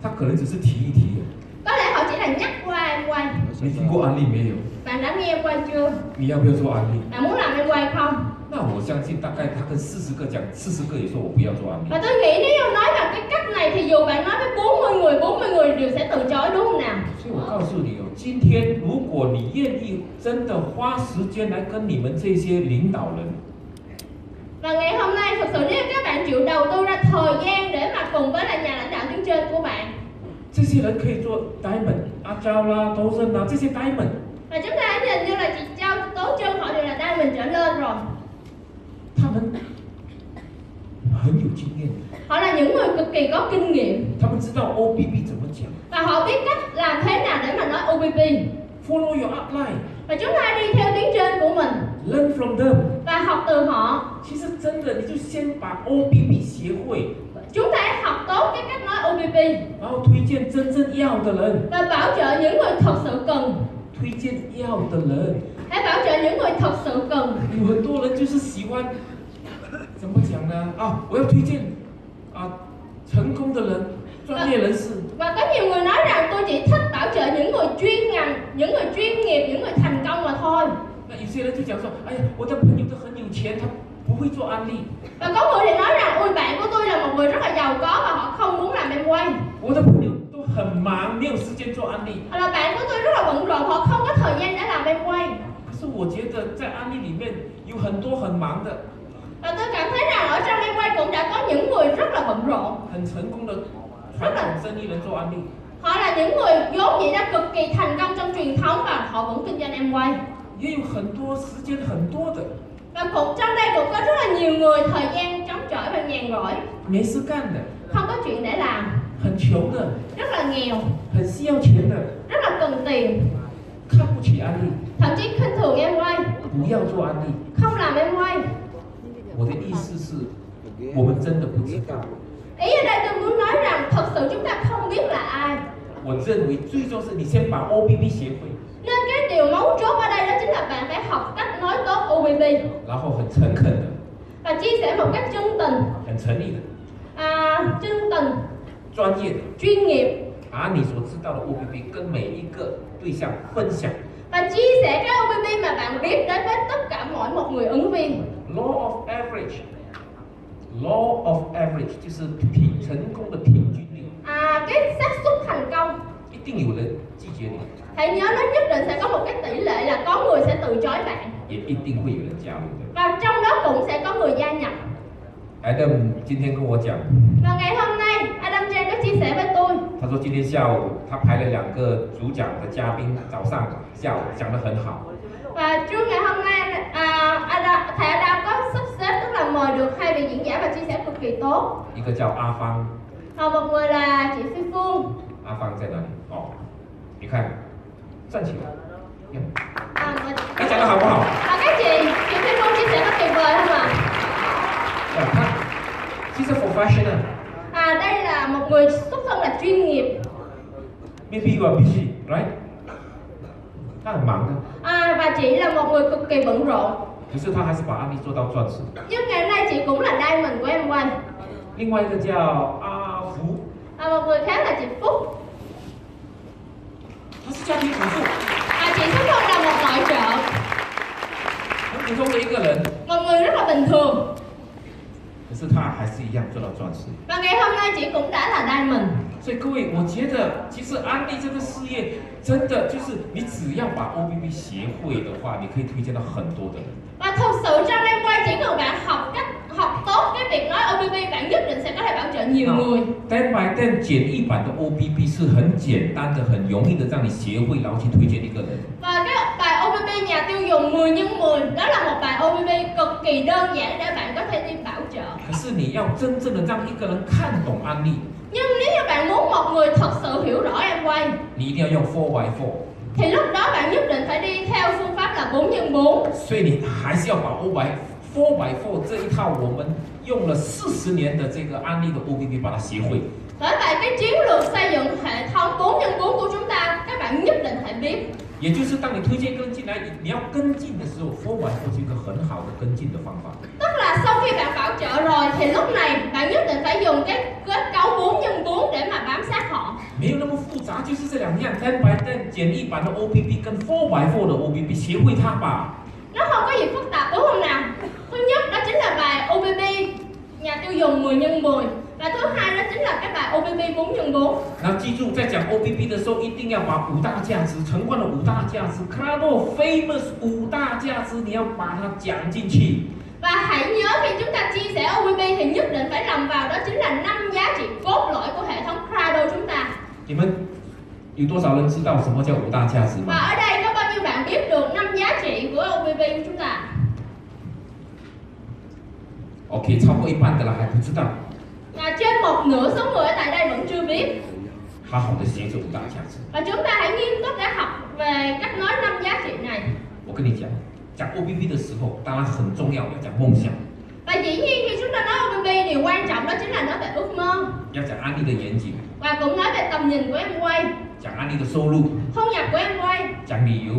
他可能只是提一提。
có lẽ họ chỉ là nhắc qua em quay
你听过安利没有？
bạn đã nghe em quay chưa
你要不要做安利？
bạn muốn làm em quay không
那我相信大概他跟四十个讲，四十个也说我不要做安利。
Và tôi nghĩ nếu em nói bằng cái cách này thì dù bạn nói với 40 người, 40 người đều sẽ từ chối đúng không nào?
所以我告诉你哦，今天如果你愿意真的花时间来跟你们这些领导人，
Và ngày hôm nay thực sự nếu các bạn chịu đầu tư ra thời gian để mà cùng với là nhà lãnh đạo tuyến trên của bạn
这些人可以做 diamond 阿娇啦、都胜啦啊这些 diamond，
và chúng ta hãy nhìn như là chị Châu, Tố Trân họ đều là đa mình trở lên rồi
他们很有经验，
Họ là những người cực kỳ có kinh nghiệm
他们知道 OBB 怎么讲
và họ biết cách làm thế nào để mà nói OPP
，follow your outline，learn
Và chúng ta đi theo tuyến trên của mình
from them。
và học từ họ
其实真的，你就先把 OBB 学会，
Chúng ta hãy học tốt cái cách nói OPP
然后推荐真正要的人，
và bảo trợ những người thật sự cần
推荐要的人。
Hãy bảo trợ những người thật sự cần
有很多人就是喜欢，怎么讲呢？啊，我要推荐啊，成功的人、专业人士，
Và có nhiều người nói rằng tôi chỉ thích bảo trợ những người chuyên ngành, những người chuyên nghiệp, những người thành công mà thôi.
那有些人就讲说，哎呀，我的朋友都很有钱，他不会做安利；
Và có người thì nói rằng ôi bạn của tôi là một người rất là giàu có và họ không muốn làm em quay.
我的朋友都很忙，没有时间做安利。
Hoặc là bạn của tôi rất là bận rộn, họ không có thời gian để làm em quay.
可是我觉得在安利里面有很多很忙的、
Và tôi cảm thấy rằng ở trong em quay cũng đã có những người rất là bận rộn.
很成功的传统生意人做安利，
Họ là những người vốn dĩ đã cực kỳ thành công trong truyền thống và họ vẫn kinh doanh em quay.
也有很多时间很多的，
Và cũng trong đây cũng có rất là nhiều người thời gian trống trải và nhàn rỗi,
没事干的，
không có chuyện để làm,
很穷的，
rất là nghèo,
很需要钱的，
rất là cần tiền.
看不起安利，
thậm chí khinh thường em quay
不要做安利。
không làm em quay
我的意思是，
Ghế.
我们真的不知道。
ý ở đây tôi muốn nói rằng thật sự chúng ta không biết là ai
我认为最重要是你先把 OBB 学会，
nên cái điều mấu chốt ở đây đó chính là bạn phải học cách nói tốt OBB
然后很诚恳的、
và chia sẻ một cách chân tình
很诚意的、
à, chân tình
专业的，
chuyên nghiệp
把你所知道的 OBB 跟每一个对象分享。
và chia sẻ cái OBB mà bạn biết đến với tất cả mỗi một người ứng viên
Law of average，Law of average 就是平成功的平均率，
à, cái xác suất thành công
一定有人拒绝你，
hãy nhớ nó nhất định sẽ có một cái tỷ lệ là có người sẽ từ chối bạn
也一定会有人加入的。
và trong đó cũng sẽ có người gia nhập
Adam 今天跟我讲，
và ngày hôm nay Adam Chan có chia sẻ với tôi
他说今天下午他排了两个主讲的嘉宾，早上、下午讲得很好。
Và trước ngày hôm nay à, Adam, thầy Adam có sắp xếp tức là mời được hai vị diễn giả và chia sẻ cực kỳ tốt.
一个叫阿芳，
À, một người là chị Phi Phương,
阿芳在哪里？哦，你看，站起来，呀
à, và,
你讲的好不好？
và các chị chị Phi Phương chia sẻ rất tuyệt vời không ạ?
啊，他其实 professional
À, đây là một người xuất thân là chuyên nghiệp.
maybe you are busy right？他很忙的，
À, và chị là một người cực kỳ bận rộn.
可是他还是把案例做到钻石。
Nhưng ngày hôm nay chị cũng là diamond của em quay.
另外一个叫阿福，
và một À, người khác là chị Phúc
她是家庭主妇，
và À, chị Phúc Hương là một nội trợ
很普通的一个人，
một người rất là bình thường
可是她还是一样做到钻石。
và ngày hôm nay chị cũng đã là diamond
所以各位，我觉得其实安利这个事业真的就是你只要把 OBB 协会的话，你可以推荐到很多的人。
và thật sự trong đêm qua chỉ cần bạn học cách học tốt cái việc nói OBB bạn nhất định sẽ có thể bảo trợ nhiều
Ờ.
người
Ten by Ten 简易版的 OBB 是很简单的、很容易的，让你协会然后去推荐一个人。
Và cái bài OBB nhà tiêu dùng 10 x 10 đó là một bài OBB cực kỳ đơn giản để bạn có thể đi bảo trợ.
可是你要真正的让一个人看懂安利，
Nhưng nếu như bạn muốn một người thật sự hiểu rõ em quay
你一定要用 Four by Four，
thì lúc đó bạn nhất định phải đi theo phương pháp là 4 x 4.
所以你还是要把 O by Four by Four 这一套我们用了四十年的这个安利的 OBB 把它协会。
Bởi vậy cái chiến lược xây dựng hệ thống 4 x 4 của chúng ta các bạn nhất định phải biết.
也就是当你推荐一个人进来，你你要跟进的时候，Four by Four 是一个很好的跟进的方法。
Tức là sau khi bạn bảo trợ rồi thì lúc này bạn nhất định phải dùng cái kết cấu 4 x 4 để mà bám sát họ.
没有那么复杂，就是这两样 ten by ten 简易版的 OBB 跟 four by four 的 OBB 协会它吧。
Nó không có gì phức tạp đúng không nào? Thứ nhất đó chính là bài OBB nhà tiêu dùng 10 x 10 và thứ hai đó chính là cái bài OBB 4 x 4.
然后记住，在讲 OBB 的时候，一定要把五大价值、陈冠的五大价值、Claro Famous 五大价值，你要把它讲进去。
Và hãy nhớ khi chúng ta chia sẻ OBB thì nhất định phải lòng vào đó chính là năm giá trị cốt lõi của hệ thống Crado chúng ta.
你们有多少人知道什么叫五大价值
Và
吗？
ở đây có bao nhiêu bạn biết được năm giá trị của OBB của chúng ta?
OK，超过一半的人还不知道，
Và trên một nửa số người ở tại đây vẫn chưa biết
好好的学这五大价值。
và chúng ta hãy nghiêm túc để học về cách nói năm giá trị này.
我跟你讲，讲 OBB 的时候，当然很重要，要讲梦想，
Và dĩ nhiên khi chúng ta nói OBB điều quan trọng đó chính là nói về ước mơ.
要讲安利的严谨，
và cũng nói về tầm nhìn của em quay
讲安利的收入，
thu nhập của em quay
讲理由，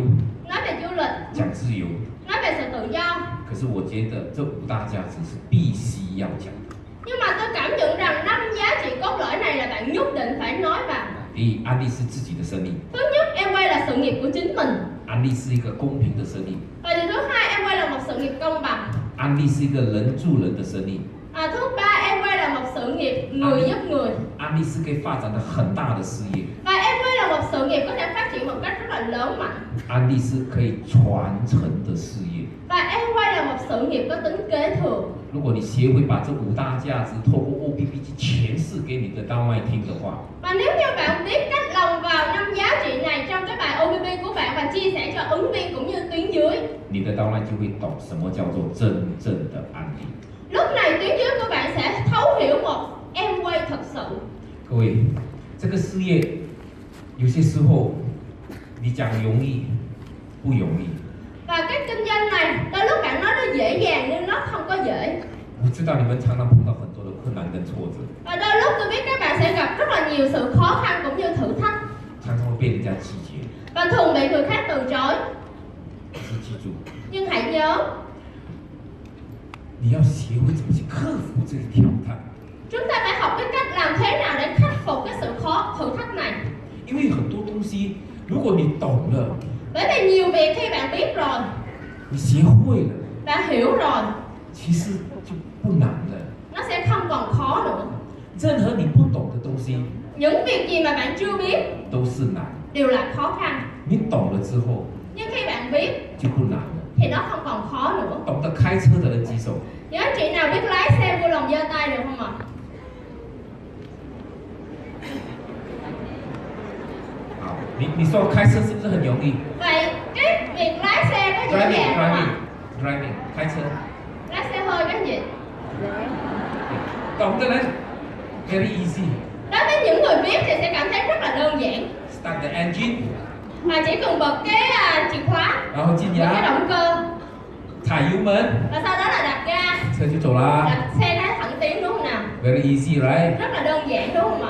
nói về du lịch
讲自由。
nói về sự tự do
可是我觉得这五大价值是必须要讲的。
nhưng mà tôi cảm nhận rằng năm giá trị cốt lõi này là bạn nhất định phải nói vào
第一，安利是自己的生意，
thứ nhất em quay là sự nghiệp của chính mình
安利是一个公平的生意，
và điều thứ hai em quay là một sự nghiệp công bằng
安利是一个人助人的生意，
à, thứ ba em quay là một sự nghiệp người giúp người
安利是可以发展的很大的事业，
và em quay là một sự nghiệp có thể phát triển một cách rất là lớn mạnh
安利是可以传承的事业。
và em quay là một sự nghiệp có tính kế thừa
如果你协会把这五大价值透过 OBB 去诠释给你的单位听的话，
Và nếu như bạn biết cách lồng vào năm giá trị này trong cái bài OBB của bạn và chia sẻ cho ứng viên cũng như tuyến dưới
你的单位就会懂什么叫做真正的安利。
Lúc này tuyến dưới của bạn sẽ thấu hiểu một em quay thật sự
各位，这个事业有些时候你讲容易不容易，
Và cái kinh doanh này, đôi lúc bạn nói nó dễ dàng nhưng nó không có dễ
我知道你们常常碰到很多的困难跟挫折，
Và đôi lúc tôi biết các bạn sẽ gặp rất là nhiều sự khó khăn cũng như thử thách
常常会被人家拒绝。
Và thường bị người khác từ chối
可是记住，
Nhưng hãy nhớ,
你要学会怎么去克服这个挑战，
chúng ta phải học cái cách làm thế nào để khắc phục cái sự khó thử thách này
因为很多东西，如果你懂了，
Bởi vì nhiều việc khi bạn biết rồi,
你学会了，
bạn hiểu rồi
其实就不难了。
nó sẽ không còn khó nữa
任何你不懂的东西
những việc gì mà bạn chưa biết
都是难，
đều là khó khăn
你懂了之后
nhưng khi bạn biết
就不难了。
thì nó không còn khó nữa
懂得开车的人举手，
những anh chị nào biết lái xe vui lòng giơ tay được không ạ à?
好，你你说开车是不是很容易
vậy cái việc lái xe có dễ dàng không ạ
？driving，driving，driving，开车，
lái xe hơi cái gì
懂的人 very easy。
đối với những người biết thì sẽ cảm thấy rất là đơn giản
start the engine，
mà chỉ cần bật cái à, chìa khóa
然后进
bật
牙，
cái động cơ
踩油门，
và sau đó là đặt ga
车就走啦。
đặt xe lái thẳng tiến đúng không nào
Very easy, right？
rất là đơn giản đúng không ạ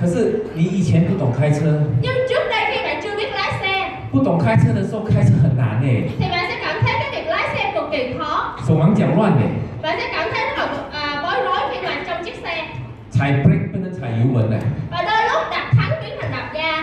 可是你以前不懂开车，
nhưng trước đây khi bạn chưa biết lái xe
不懂开车的时候，开车很难呢、
thì bạn sẽ cảm thấy cái việc lái xe cực kỳ khó
手忙脚乱呢、
Bạn sẽ cảm thấy rất là à, bối rối khi mà trong chiếc xe
踩 brake 不能踩油门呢、
và đôi lúc đạp thắng biến thành đạp ga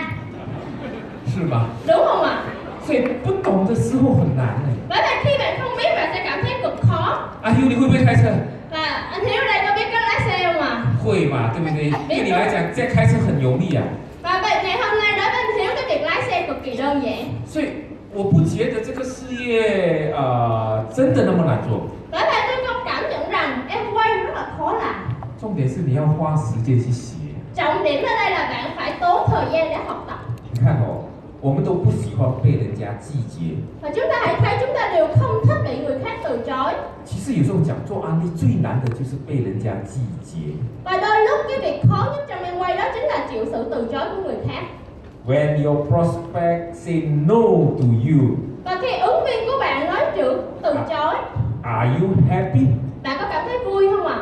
是吧？
đúng không ạ
所以不懂的时候很难呢、
bởi vậy khi bạn không biết bạn sẽ cảm thấy cực khó
阿优，你会不会开车？
và anh hiếu đây có biết cách lái xe không ạ
会嘛，对不对？对你来讲，在开车很容易啊。
và vậy ngày hôm nay đối với anh hiếu cái việc lái xe cực kỳ đơn giản
所以我不觉得这个事业啊、呃真的那么难做。
bởi vậy tôi không cảm nhận rằng em quay rất là khó làm
重点是你要花时间去学。
trọng điểm ở đây là bạn phải tốn thời gian để học tập
你看哦，我们都不喜欢被人家拒绝。
và chúng ta hãy thấy chúng ta đều không thích bị người khác từ chối
其实有时候讲做安利最难的就是被人家拒绝。
và đôi lúc cái việc khó nhất trong em quay đó chính là chịu sự từ chối của người khác
When your prospect say no to you,
và khi ứng viên của bạn nói trước từ chối
are you happy?
bạn có cảm thấy vui không ạ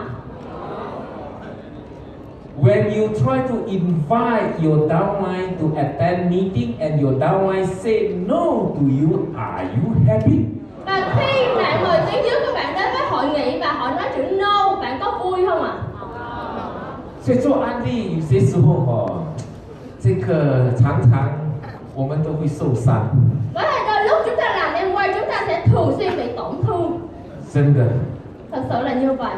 When you try to invite your downline to attend meeting and your downline say no to you, are you happy?
Và khi bạn mời tiếng dưới của bạn đến với hội nghị và họ nói chữ no, bạn có vui không ạ?
所以做安利有些时候哦，这个常常我们都会受伤，
Bởi vậy đôi lúc chúng ta làm em quay chúng ta sẽ thường xuyên bị tổn thương.
真的，
Thật sự là như vậy.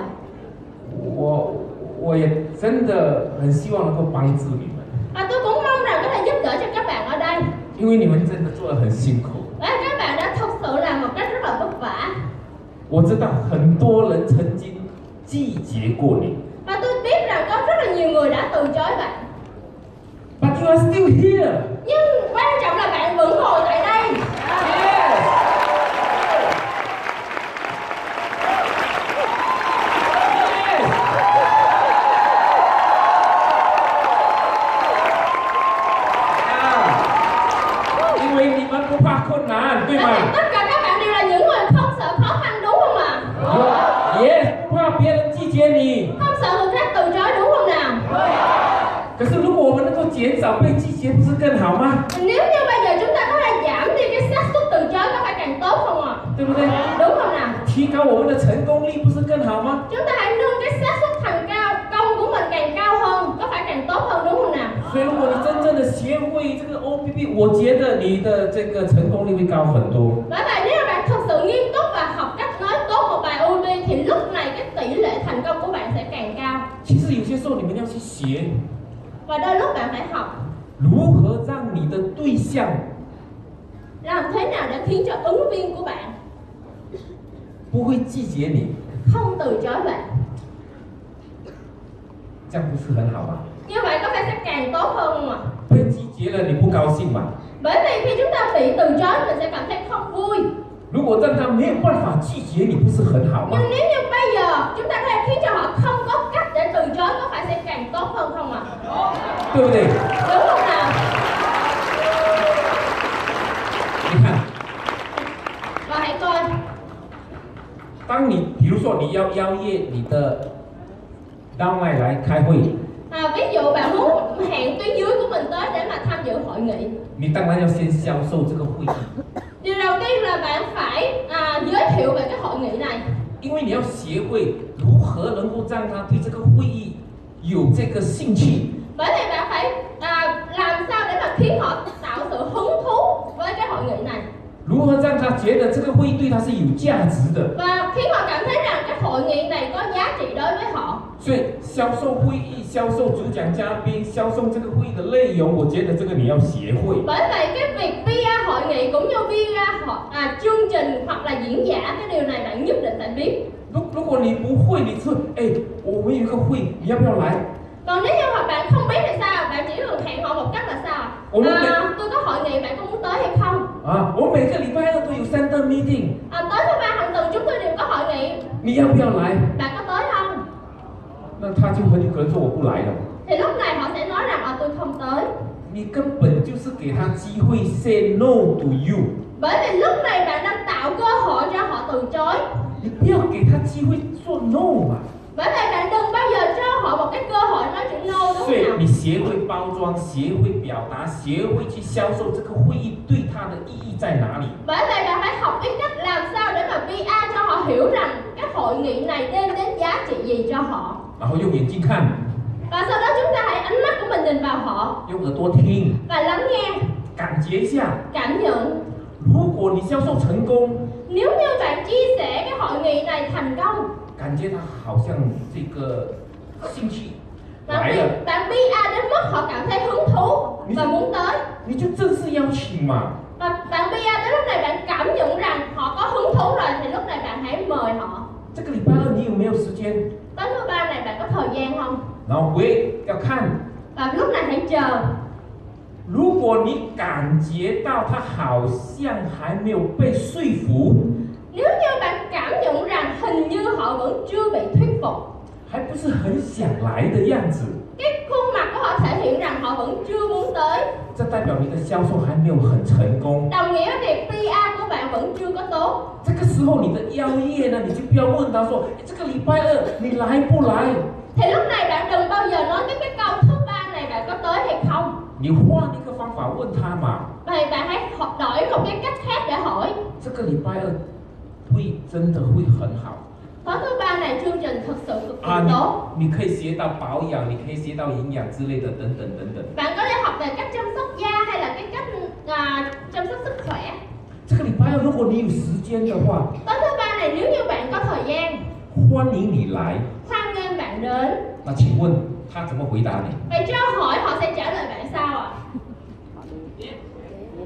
我我也真的很希望能够帮助你们，
Và tôi cũng mong rằng có thể giúp đỡ cho các bạn ở đây.
因为你们真的做的很辛苦。
Bởi vì các bạn đã thật sự làm một cách rất là vất vả.
我知道很多人曾经拒绝过你
Và tôi biết rằng có rất là nhiều người đã từ chối bạn.
，but you are still here.
Nhưng quan trọng là bạn vẫn ngồi tại đây.
Yes. Yes. Yeah. 因为你们不怕困难，对
Bởi
吗
vậy tất cả các bạn đều là những người không sợ khó khăn đúng không ạ?
？Yes，不怕别人拒绝你。
Không sợ người khác từ chối đúng không nào?
可是如果我们能够减少被拒绝，不是更好吗？
Nếu như bây giờ chúng ta có thể giảm đi cái xác suất từ chối có phải càng tốt không ạ?
对不对？
Đúng không nào?
提高我们的成功率，不是更好吗？
Chúng ta hãy nâng cái xác suất thành cao, công của mình càng cao hơn, có phải càng tốt hơn đúng không nào?
所以，如果你真正的学会这个 O P P，我觉得你的这个成功率会高很多。
Bởi vậy nếu bạn thật sự nghiêm túc và học cách nói tốt một bài OD thì lúc này cái tỷ lệ thành công của bạn sẽ càng cao.
其实有些时候你们要去学
Và đôi lúc bạn phải học
如何让你的对象
làm thế nào để khiến cho ứng viên của bạn
不会拒绝你，
không từ chối bạn.
这样不是很好吗？
Như vậy có phải sẽ càng tốt hơn không ạ?
被拒绝了你不高兴嘛？
Bởi vì khi chúng ta bị từ chối mình sẽ cảm thấy không vui.
如果让他没有办法拒绝你，不是很好吗？
Nhưng nếu như bây giờ chúng ta có thể khiến cho họ không có cách để từ chối có phải sẽ càng tốt hơn không ạ?
对不对？
Đúng không nào?
你看，
Và hãy coi
当你比如说你要邀约你的 downline 来开会，
à, ví dụ bạn muốn hẹn tuyến dưới của mình tới để mà tham dự hội nghị
你当然要先销售这个会议，
điều đầu tiên là bạn phải à, giới thiệu về cái hội nghị này
因为你要学会如何能够让他对这个会议有这个兴趣。
bởi vì bạn phải à, làm sao để mà khiến họ tạo sự hứng thú với cái hội nghị này
如何让他觉得这个会议对他是有价值的？
và khiến họ cảm thấy rằng cái hội nghị này có giá trị đối với họ
所以销售会议、销售主讲嘉宾、销售这个会议的内容，我觉得这个你要学会。
bởi vậy cái việc PR hội nghị cũng như PR họ, à, chương trình hoặc là diễn giả cái điều này bạn nhất định phải biết
如如果你不会，你说，哎，我们有一个会，你要不要来？
còn nếu như mà bạn không biết thì sao bạn chỉ cần hẹn họ một cách là sao
Ủa, lúc
à, tôi có hội nghị bạn có muốn tới hay không
啊，我每个礼拜二都有 center meeting，
à, tới thứ ba hàng tuần chúng tôi đều có hội nghị
你要不要来？
bạn có tới không
那他就很有可能说我不来了。
thì lúc này họ sẽ nói rằng à, tôi không tới
你根本就是给他机会 say no to you，
bởi vì lúc này bạn đang tạo cơ hội cho họ từ chối
你不要给他机会说 no 嘛。
bởi vậy bạn đừng bao giờ cho họ một cái cơ hội nói chuyện no đúng
所以
không nào
你学会包装，学会表达，学会去销售这个会议对他的意义在哪里？
Bởi vậy bạn phải học biết cách làm sao để mà PR cho họ hiểu rằng cái hội nghị này đem đến giá trị gì cho họ.
然后用眼睛看，
và sau đó chúng ta hãy ánh mắt của mình nhìn vào họ
用耳朵听，
và lắng nghe
感觉一下。
cảm nhận
如果你销售成功，
nếu như bạn chia sẻ cái hội nghị này thành công
感觉他好像这个兴趣
và
来
khi
了，
bạn BA đến mức họ cảm thấy hứng thú và muốn tới
你就正式邀请嘛。
và bạn BA đến lúc này bạn cảm nhận rằng họ có hứng thú rồi thì lúc này bạn hãy mời họ
这个礼拜二你有没有时间？
tới thứ ba này bạn có thời gian không
然后喂，要看。
và lúc này hãy chờ
如果你感觉到他好像还没有被说服，
nếu như bạn cảm nhận rằng hình như họ vẫn chưa bị thuyết phục
还不是很想来的样子，
cái khuôn mặt của họ thể hiện rằng họ vẫn chưa muốn tới
这代表你的销售还没有很成功。
đồng nghĩa việc PR của bạn vẫn chưa có tốt
这个时候你的邀约呢，你就不要问他说，哎诶这个礼拜二你来不来？
thì lúc này bạn đừng bao giờ nói cái cái câu thứ ba này bạn có tới hay không
你换一个方法问他嘛，
vậy bạn hãy học đổi một cái cách khác để hỏi
这个礼拜二会真的会很好
khóa thứ ba này chương trình thực sự cực kỳ
啊，
tốt
你你可以学到保养，你可以学到营养之类的，等等等等。
bạn có thể học về cách chăm sóc da hay là cái cách à, chăm sóc sức khỏe
这个礼拜二如果你有时间的话，
tối thứ ba này nếu như bạn có thời gian
欢迎你来。
hoan nghênh bạn đến
那请问他怎么回答你？
vậy cho hỏi họ sẽ trả lời bạn sao ạ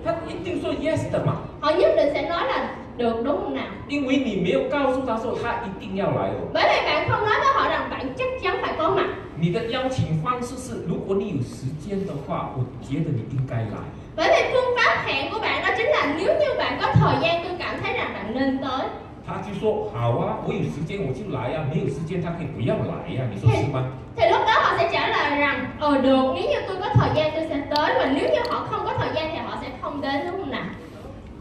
他一定说 yes 的嘛，
họ nhất định sẽ nói là được đúng không nào
因为你没有告诉他说他一定要来哦。
bởi vì bạn không nói với họ rằng bạn chắc chắn phải có mặt
你的邀请方式是，如果你有时间的话，我觉得你应该来。
bởi vì phương pháp hẹn của bạn đó chính là nếu như bạn có thời gian tôi cảm thấy rằng bạn nên tới
他就说好啊，我有时间我就来呀、没有时间他可以不要来呀、你说是吗？
thì lúc đó họ sẽ trả lời rằng ờ được nếu như tôi có thời gian tôi sẽ tới và nếu như họ không có thời gian thì họ sẽ không đến đúng không nào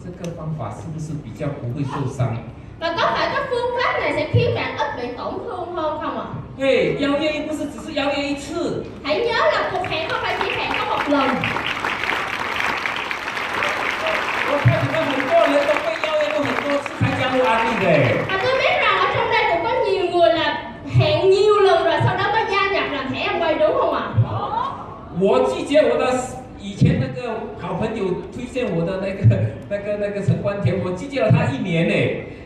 这个方法是不是比较不会受伤？
và có phải các phương pháp này sẽ khiến bạn ít bị tổn thương hơn không ạ
对，邀约又不是只是邀约一次，
hãy nhớ là cuộc hẹn không phải chỉ hẹn có một lần
我看你们很多人都被邀约过很多次才加入安利的。
và tôi biết rằng ở trong đây cũng có nhiều người là hẹn nhiều lần rồi sau đó mới gia nhập làm thẻ em quay đúng không ạ
我拒绝我的以前那个好朋友推荐我的那个那个那个陈冠田，我拒绝了他一年呢。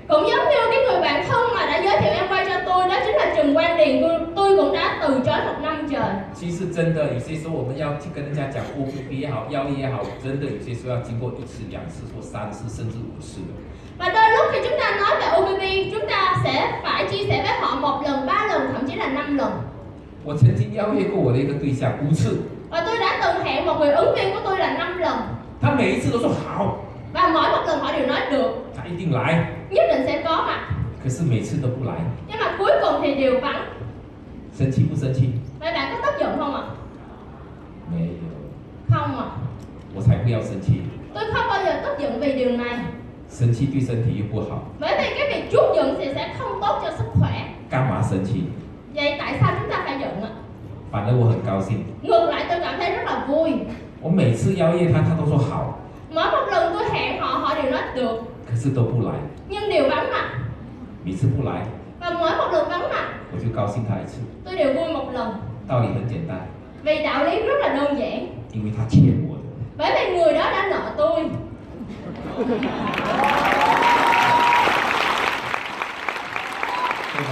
cũng giống như cái người bạn thân mà đã giới thiệu em quay cho tôi đó chính là Trần Quang Điền tôi, tôi cũng đã từ chối một năm trời
其实真的，有些时候我们要去跟人家讲 O P P 也好，邀约也好，真的有些时候要经过一次、两次或三次，甚至五次的。
và đôi lúc khi chúng ta nói về OPP chúng ta sẽ phải chia sẻ với họ một lần ba lần thậm chí là năm lần
我曾经邀约过我的一个对象五次，
và tôi đã từng hẹn một người ứng viên của tôi là năm lần
他每一次都说好，
và mỗi một lần họ đều nói được
他一定来，
nhất định sẽ có mặt
可是每次都不来，
nhưng mà cuối cùng thì đều vắng
生气不生气？
vậy bạn có tức giận không ạ
没有，
không ạ
我才不要生气，
tôi không bao giờ tức giận vì điều này
生气对身体又不好，
bởi vì cái việc chút giận thì sẽ không tốt cho sức khỏe
干嘛生气？
vậy tại sao chúng ta phải giận ạ
反而我很高兴，
Ngược lại tôi cảm thấy rất là vui
我每次邀约他，他都说好，
Mỗi một lần tôi hẹn họ họ đều nói được
可是都不来，
Nhưng đều vắng mặt
每次不来，
Và mỗi một lần vắng mặt
我就高兴他一次。
tôi đều vui một lần
道理很简单，
Vì đạo lý rất là đơn giản
因为他欠我的。
Bởi vì người đó đã nợ tôi
对吧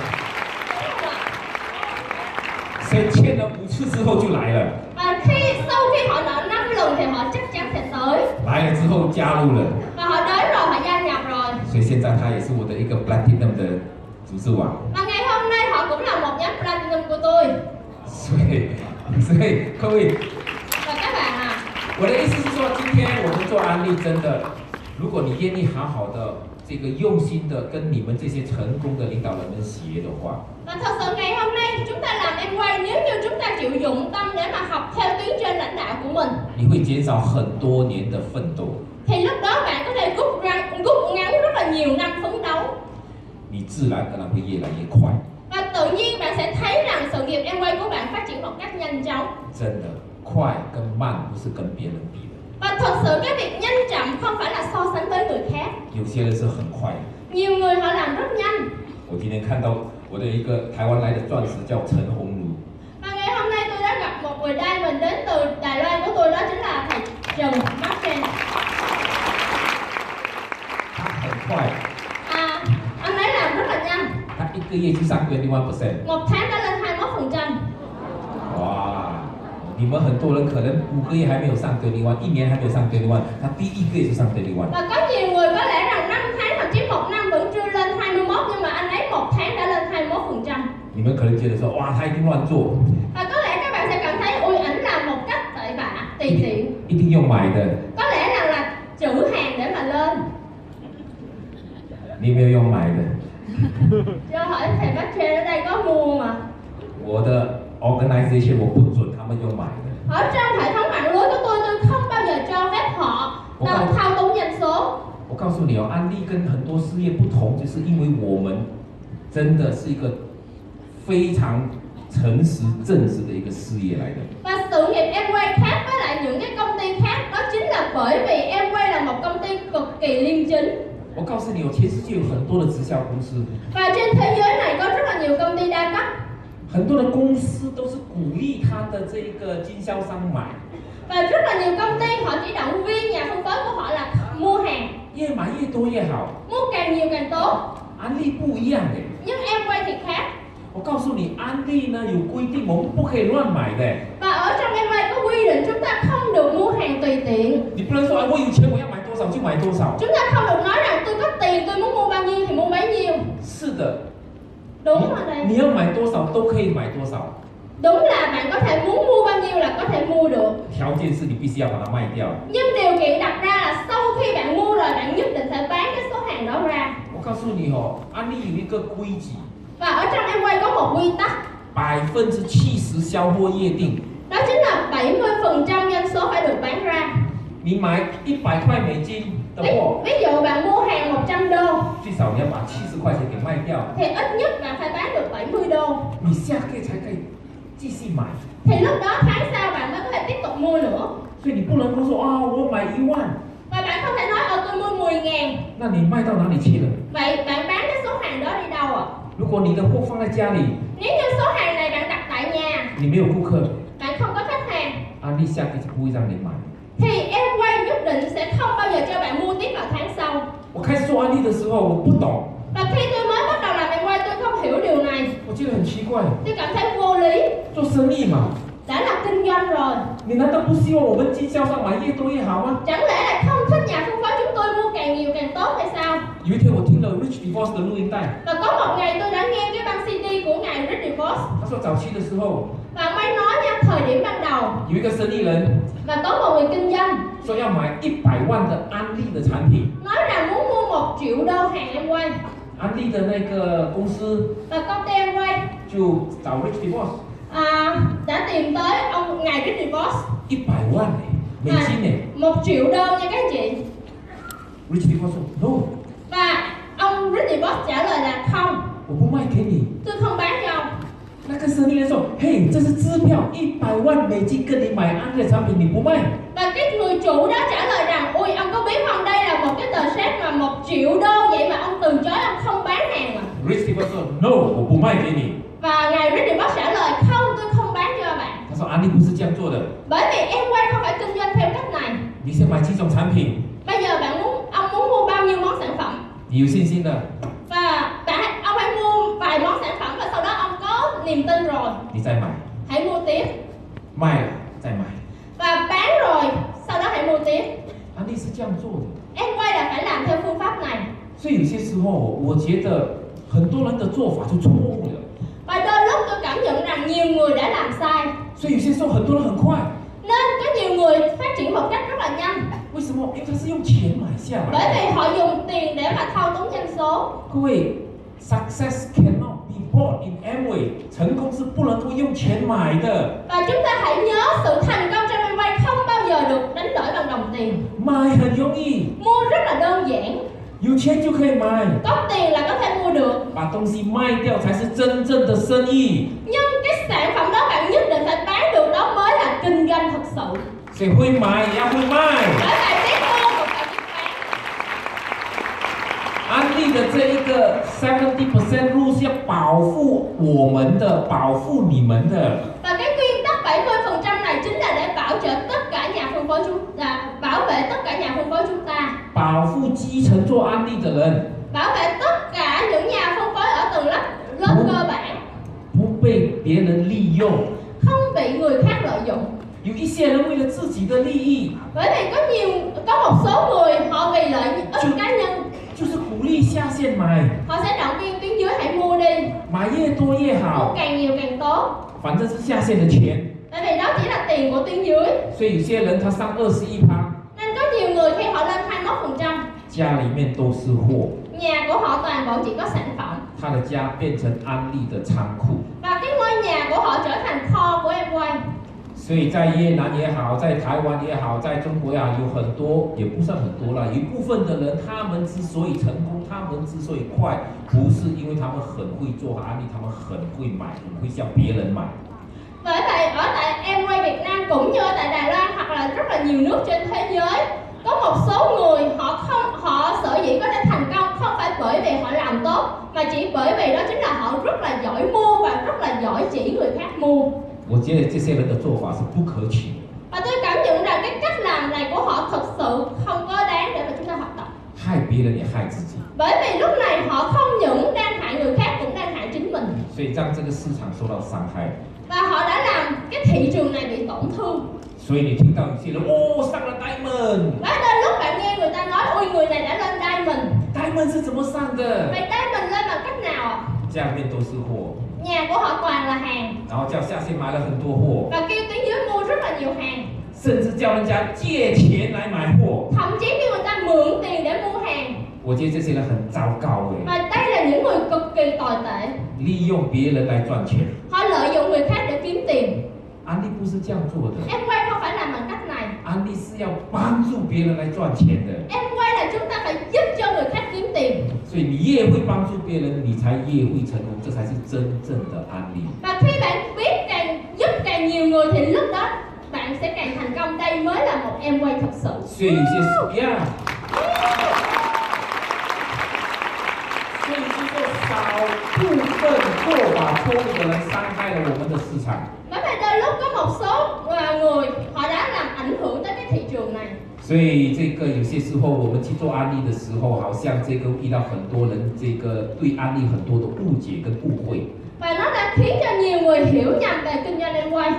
先欠了五次之后就来了，
Và khi sau khi họ nợ 5 lần thì họ chắc chắn sẽ tới
来了之后加入了，
Và họ đến rồi họ gia nhập rồi
所以现在他也是我的一个 platinum 的组织网。
Và ngày hôm nay họ cũng là một nhóm platinum của tôi
所以， 所以各位，
Và các bạn à
我的意思是说，今天我们做安利真的，如果你愿意好好的这个用心的跟你们这些成功的领导人们学的话，
Và thật sự ngày hôm nay chúng ta làm em quay nếu như chúng ta chịu dụng tâm để mà học theo tuyến trên lãnh đạo của mình
你会减少很多年的奋斗，
thì lúc đó bạn có thể rút ra rút ngắn rất là nhiều năm phấn đấu
你自然而然会越来越快，
và tự nhiên bạn sẽ thấy rằng sự nghiệp em quay của bạn phát triển một cách nhanh chóng
真的，快跟慢不是跟别人比的，
và thật sự cái việc nhanh chậm không phải là so sánh với người khác
有些人是很快的。
nhiều người họ làm rất nhanh
我今天看到我的一个台湾来的钻石叫陈鸿儒，
và ngày hôm nay tôi người đây mình đến từ Đài Loan của tôi đó chính là thầy Trần Bắc Sen
他很快，
à, anh ấy làm rất là nhanh
他一个月去上 twenty one percent。
một tháng đã lên 21%
哇，你们很多人可能五个月还没有上 twenty one，一年还没有上 twenty one，他第一个月就上 twenty one。
và có nhiều người có lẽ rằng 5 tháng thậm chí một năm vẫn chưa lên 21 nhưng mà anh ấy một tháng đã lên 21%
你们可能觉得说，哇，他一定乱做，
và có lẽ các bạn sẽ cảm thấy ui ảnh làm một cách tệ bạ tùy tiện
一定用买的，
có lẽ rằng là chữ hàng để mà lên
你没有用买的。
cho hỏi thầy bác trên ở đây có mua mà
我的 organization 我不准他们用买的，
ở trong hệ thống mạng lưới của tôi tôi không bao giờ cho phép họ
Ủa
tao
không?
thao túng doanh số
我告诉你哦，安利跟很多事业不同，就是因为我们真的是一个非常诚实正直的一个事业来的。
và sự nghiệp em quay khác với lại những cái công ty khác đó chính là bởi vì em quay là một công ty cực kỳ liêm chính
我告诉你哦，全世界有很多的直销公司，
và trên thế giới này có rất là nhiều công ty đa cấp
很多的公司都是鼓励他的这个经销商买，
và rất là nhiều công ty họ chỉ động viên nhà phân phối của họ là mua hàng
越买越多越好。
mua càng nhiều càng tốt
安利不一样哎，
nhưng em quay thì khác
我告诉你，安利呢有规定，我们不可以乱买的。
và ở trong em quay có quy định chúng ta không được mua hàng tùy tiện
你不能说，哎，我有钱我要买多少就买多少。
chúng ta không được nói rằng tôi có tiền tôi muốn mua bao nhiêu thì mua bấy nhiêu
是的，
đúng rồi đây
你要买多少都可以买多少，
đúng là bạn có thể muốn mua bao nhiêu là có thể mua được
条件是你必须要把它卖掉。
Nhưng điều kiện đặt ra là sau khi bạn mua rồi bạn nhất định phải bán cái số hàng đó ra
我告诉你哦，安利有一个规矩，
Và ở trong em quay có một quy tắc
百分之七十销货约定，
Đó chính là 70% doanh số phải được bán ra
你买一百块美金的
ví,
货，
ví dụ bạn mua hàng 100 đô
最少你要把七十块钱给卖掉，
Thì ít nhất bạn phải bán được 70 đô
你下个月才可以继续买。
Thì lúc đó tháng sau bạn mới có thể tiếp tục mua nữa
所以你不能够说啊、我买一万，
Và bạn không thể nói ờ tôi mua 10 ngàn
那你卖到哪里去了？
Vậy bạn bán cái số hàng đó đi đâu ạ?
如果你的货放在家里，
Nếu như số hàng này bạn đặt tại nhà
你没有顾客，
Bạn không có khách hàng
安利下个月就不会让你买。
Thì em quay nhất định sẽ không bao giờ cho bạn mua tiếp vào tháng sau
我开始做安利的时候，我不懂，
Và khi tôi mới bắt đầu làm em quay tôi không hiểu điều này
我觉得很奇怪，
Tôi cảm thấy vô lý
做生意嘛。
Đã là kinh doanh rồi
你难道不希望我们经销商买越多越好吗？
Chẳng lẽ là không thích nhà phân phối chúng tôi mua càng nhiều càng tốt hay sao
有一天我听了 Rich Divorce 的录音带，
Và có một ngày tôi đã nghe cái băng CD của ngài Rick DeVos
他说早期的时候
Và ông ấy nói nha thời điểm ban đầu
有一个生意人
Và có một người kinh doanh
说要买一百万的安利的产品，
Nói rằng muốn mua một triệu đô hàng em quay
安利的那个公司
Và công ty em quay
就找 Rich Divorce
啊, đã tìm tới ông ngài Rick DeVos
一百万欸美金呢
một triệu đô nha các anh chị
，Rich Divorce 说 No，
Và ông Rick DeVos trả lời là không
我不卖给你。
Tôi không bán cho ông
那个生意人说，嘿，这是支票，一百万美金跟你买安利的产品，你不卖，
Và cái người chủ đó trả lời rằng Ôi ông có biết không đây là một cái tờ séc mà một triệu đô vậy mà ông từ chối ông không bán hàng mà
？Rich Divorce 说，No，我不卖给你。
Và ngài Richard Box trả lời không tôi không bán cho bạn
他说，安利不是这样做的，
Bởi vì em quay không phải kinh doanh theo cách này
你先买几种产品，
Bây giờ bạn muốn ông muốn mua bao nhiêu món sản phẩm
你有信心的，
Và bạn ông hãy mua vài món sản phẩm và sau đó ông có niềm tin rồi
你再买，
Hãy mua tiếp
卖了再买。
Và bán rồi sau đó hãy mua tiếp
安利是这样做的，
Em quay là phải làm theo phương pháp này
所以有些时候我觉得很多人的做法就错误了。
Và đôi lúc tôi cảm nhận rằng nhiều người đã làm sai
所以有些时候很多人很快，
Nên có nhiều người phát triển một cách rất là nhanh
为什么？因为他是用钱买下
Bởi
来
vì họ dùng tiền để mà thao túng doanh số
的。各位，success cannot be bought in Amway，成功是不能够用钱买的，
Và chúng ta hãy nhớ sự thành công trong Amway không bao giờ được đánh đổi bằng đồng tiền
买很容易，
Mua rất là đơn giản
有钱就可以买，
Có tiền là có thể mua được
把东西卖掉才是真正的生意。
Nhưng cái sản phẩm đó bạn nhất định phải bán được đó mới là kinh doanh thật sự
所以会买也要会卖。
Bởi bạn biết mua và bạn biết bán
安利的这一个 seventy percent rule 是要保护我们的，保护你们的。
Và cái nguyên tắc 70% bảo trợ tất cả nhà phân phối chúng ta bảo vệ tất cả nhà phân phối chúng ta
保护基层做安利的人
bảo vệ tất cả những nhà phân phối ở từng lớp lớp cơ bản
不被别人利用。
không bị người khác lợi dụng
有一些人为了自己的利益，
bởi vì có nhiều có một số người họ vì lợi ích cá nhân
就是鼓励下线买，
họ sẽ động viên tuyến dưới hãy mua đi
买越多越
mua
好，
càng nhiều càng tốt
反正是下线的钱。
tại vì đó chỉ là tiền của tuyến dưới
所以有些人他上二十一趴，
nên có nhiều người khi họ lên 21%
家里面都是货，
nhà của họ toàn bộ chỉ có sản phẩm
他的家变成安利的仓库。
và cái ngôi nhà của họ trở thành kho của em quay
所以在越南也好，在台湾也好，在中国呀，有很多也不算很多啦，有一部分的人，他们之所以成功，他们之所以快，不是因为他们很会做安利，他们很会买，很会向别人买，
Bởi vậy ở tại em quay Việt Nam cũng như ở tại Đài Loan hoặc là rất là nhiều nước trên thế giới có một số người họ không họ sở dĩ có thể thành công không phải bởi vì họ làm tốt mà chỉ bởi vì đó chính là họ rất là giỏi mua và rất là giỏi chỉ người khác mua
我觉得这些人的做法是不可取的。
và tôi cảm nhận rằng cái cách làm này của họ thực sự không có đáng để mà chúng ta học tập
害别人也害自己，
bởi vì lúc này họ không những đang hại người khác cũng đang hại chính mình
所以让这个市场受到伤害。
và họ đã làm cái thị trường này bị tổn thương
所以你听到有些人哦上了 diamond，diamond
và đến lúc bạn nghe người ta nói ôi người này đã lên đai mình
Diamond 是怎么上的？
Vậy tay mình lên bằng cách nào ạ?
家里面都是货，
Nhà của họ toàn là hàng
然后叫下线买了很多货，
Và kêu tiếng dưới mua rất là nhiều hàng
甚至叫人家借钱来买货。
Thậm chí khi người ta mượn tiền để mua hàng
我觉得这些人很糟糕哎，
Và đây là những người cực kỳ tồi tệ
利用别人来赚钱。
Họ lợi dụng người khác để kiếm tiền
安利不是这样做的，
Em quay không phải làm bằng cách này
安利是要帮助别人来赚钱的。
Em quay là chúng ta phải giúp cho người khác kiếm tiền
所以你越会帮助别人，你才越会成功，这才是真正的安利。
Và khi bạn biết càng giúp càng nhiều người Thì lúc đó bạn sẽ càng thành công Đây mới là một em quay thật sự
所以有些是呀，所以是这少部分做法错误的人伤害了我们的市场。
Bởi vậy đôi lúc có một số à, người Họ đã làm ảnh hưởng tới cái thị trường này
所以这个有些时候我们去做安利的时候，好像这个遇到很多人这个对安利很多的误解跟误会。
và nó đã khiến cho nhiều người hiểu nhầm về kinh doanh em quay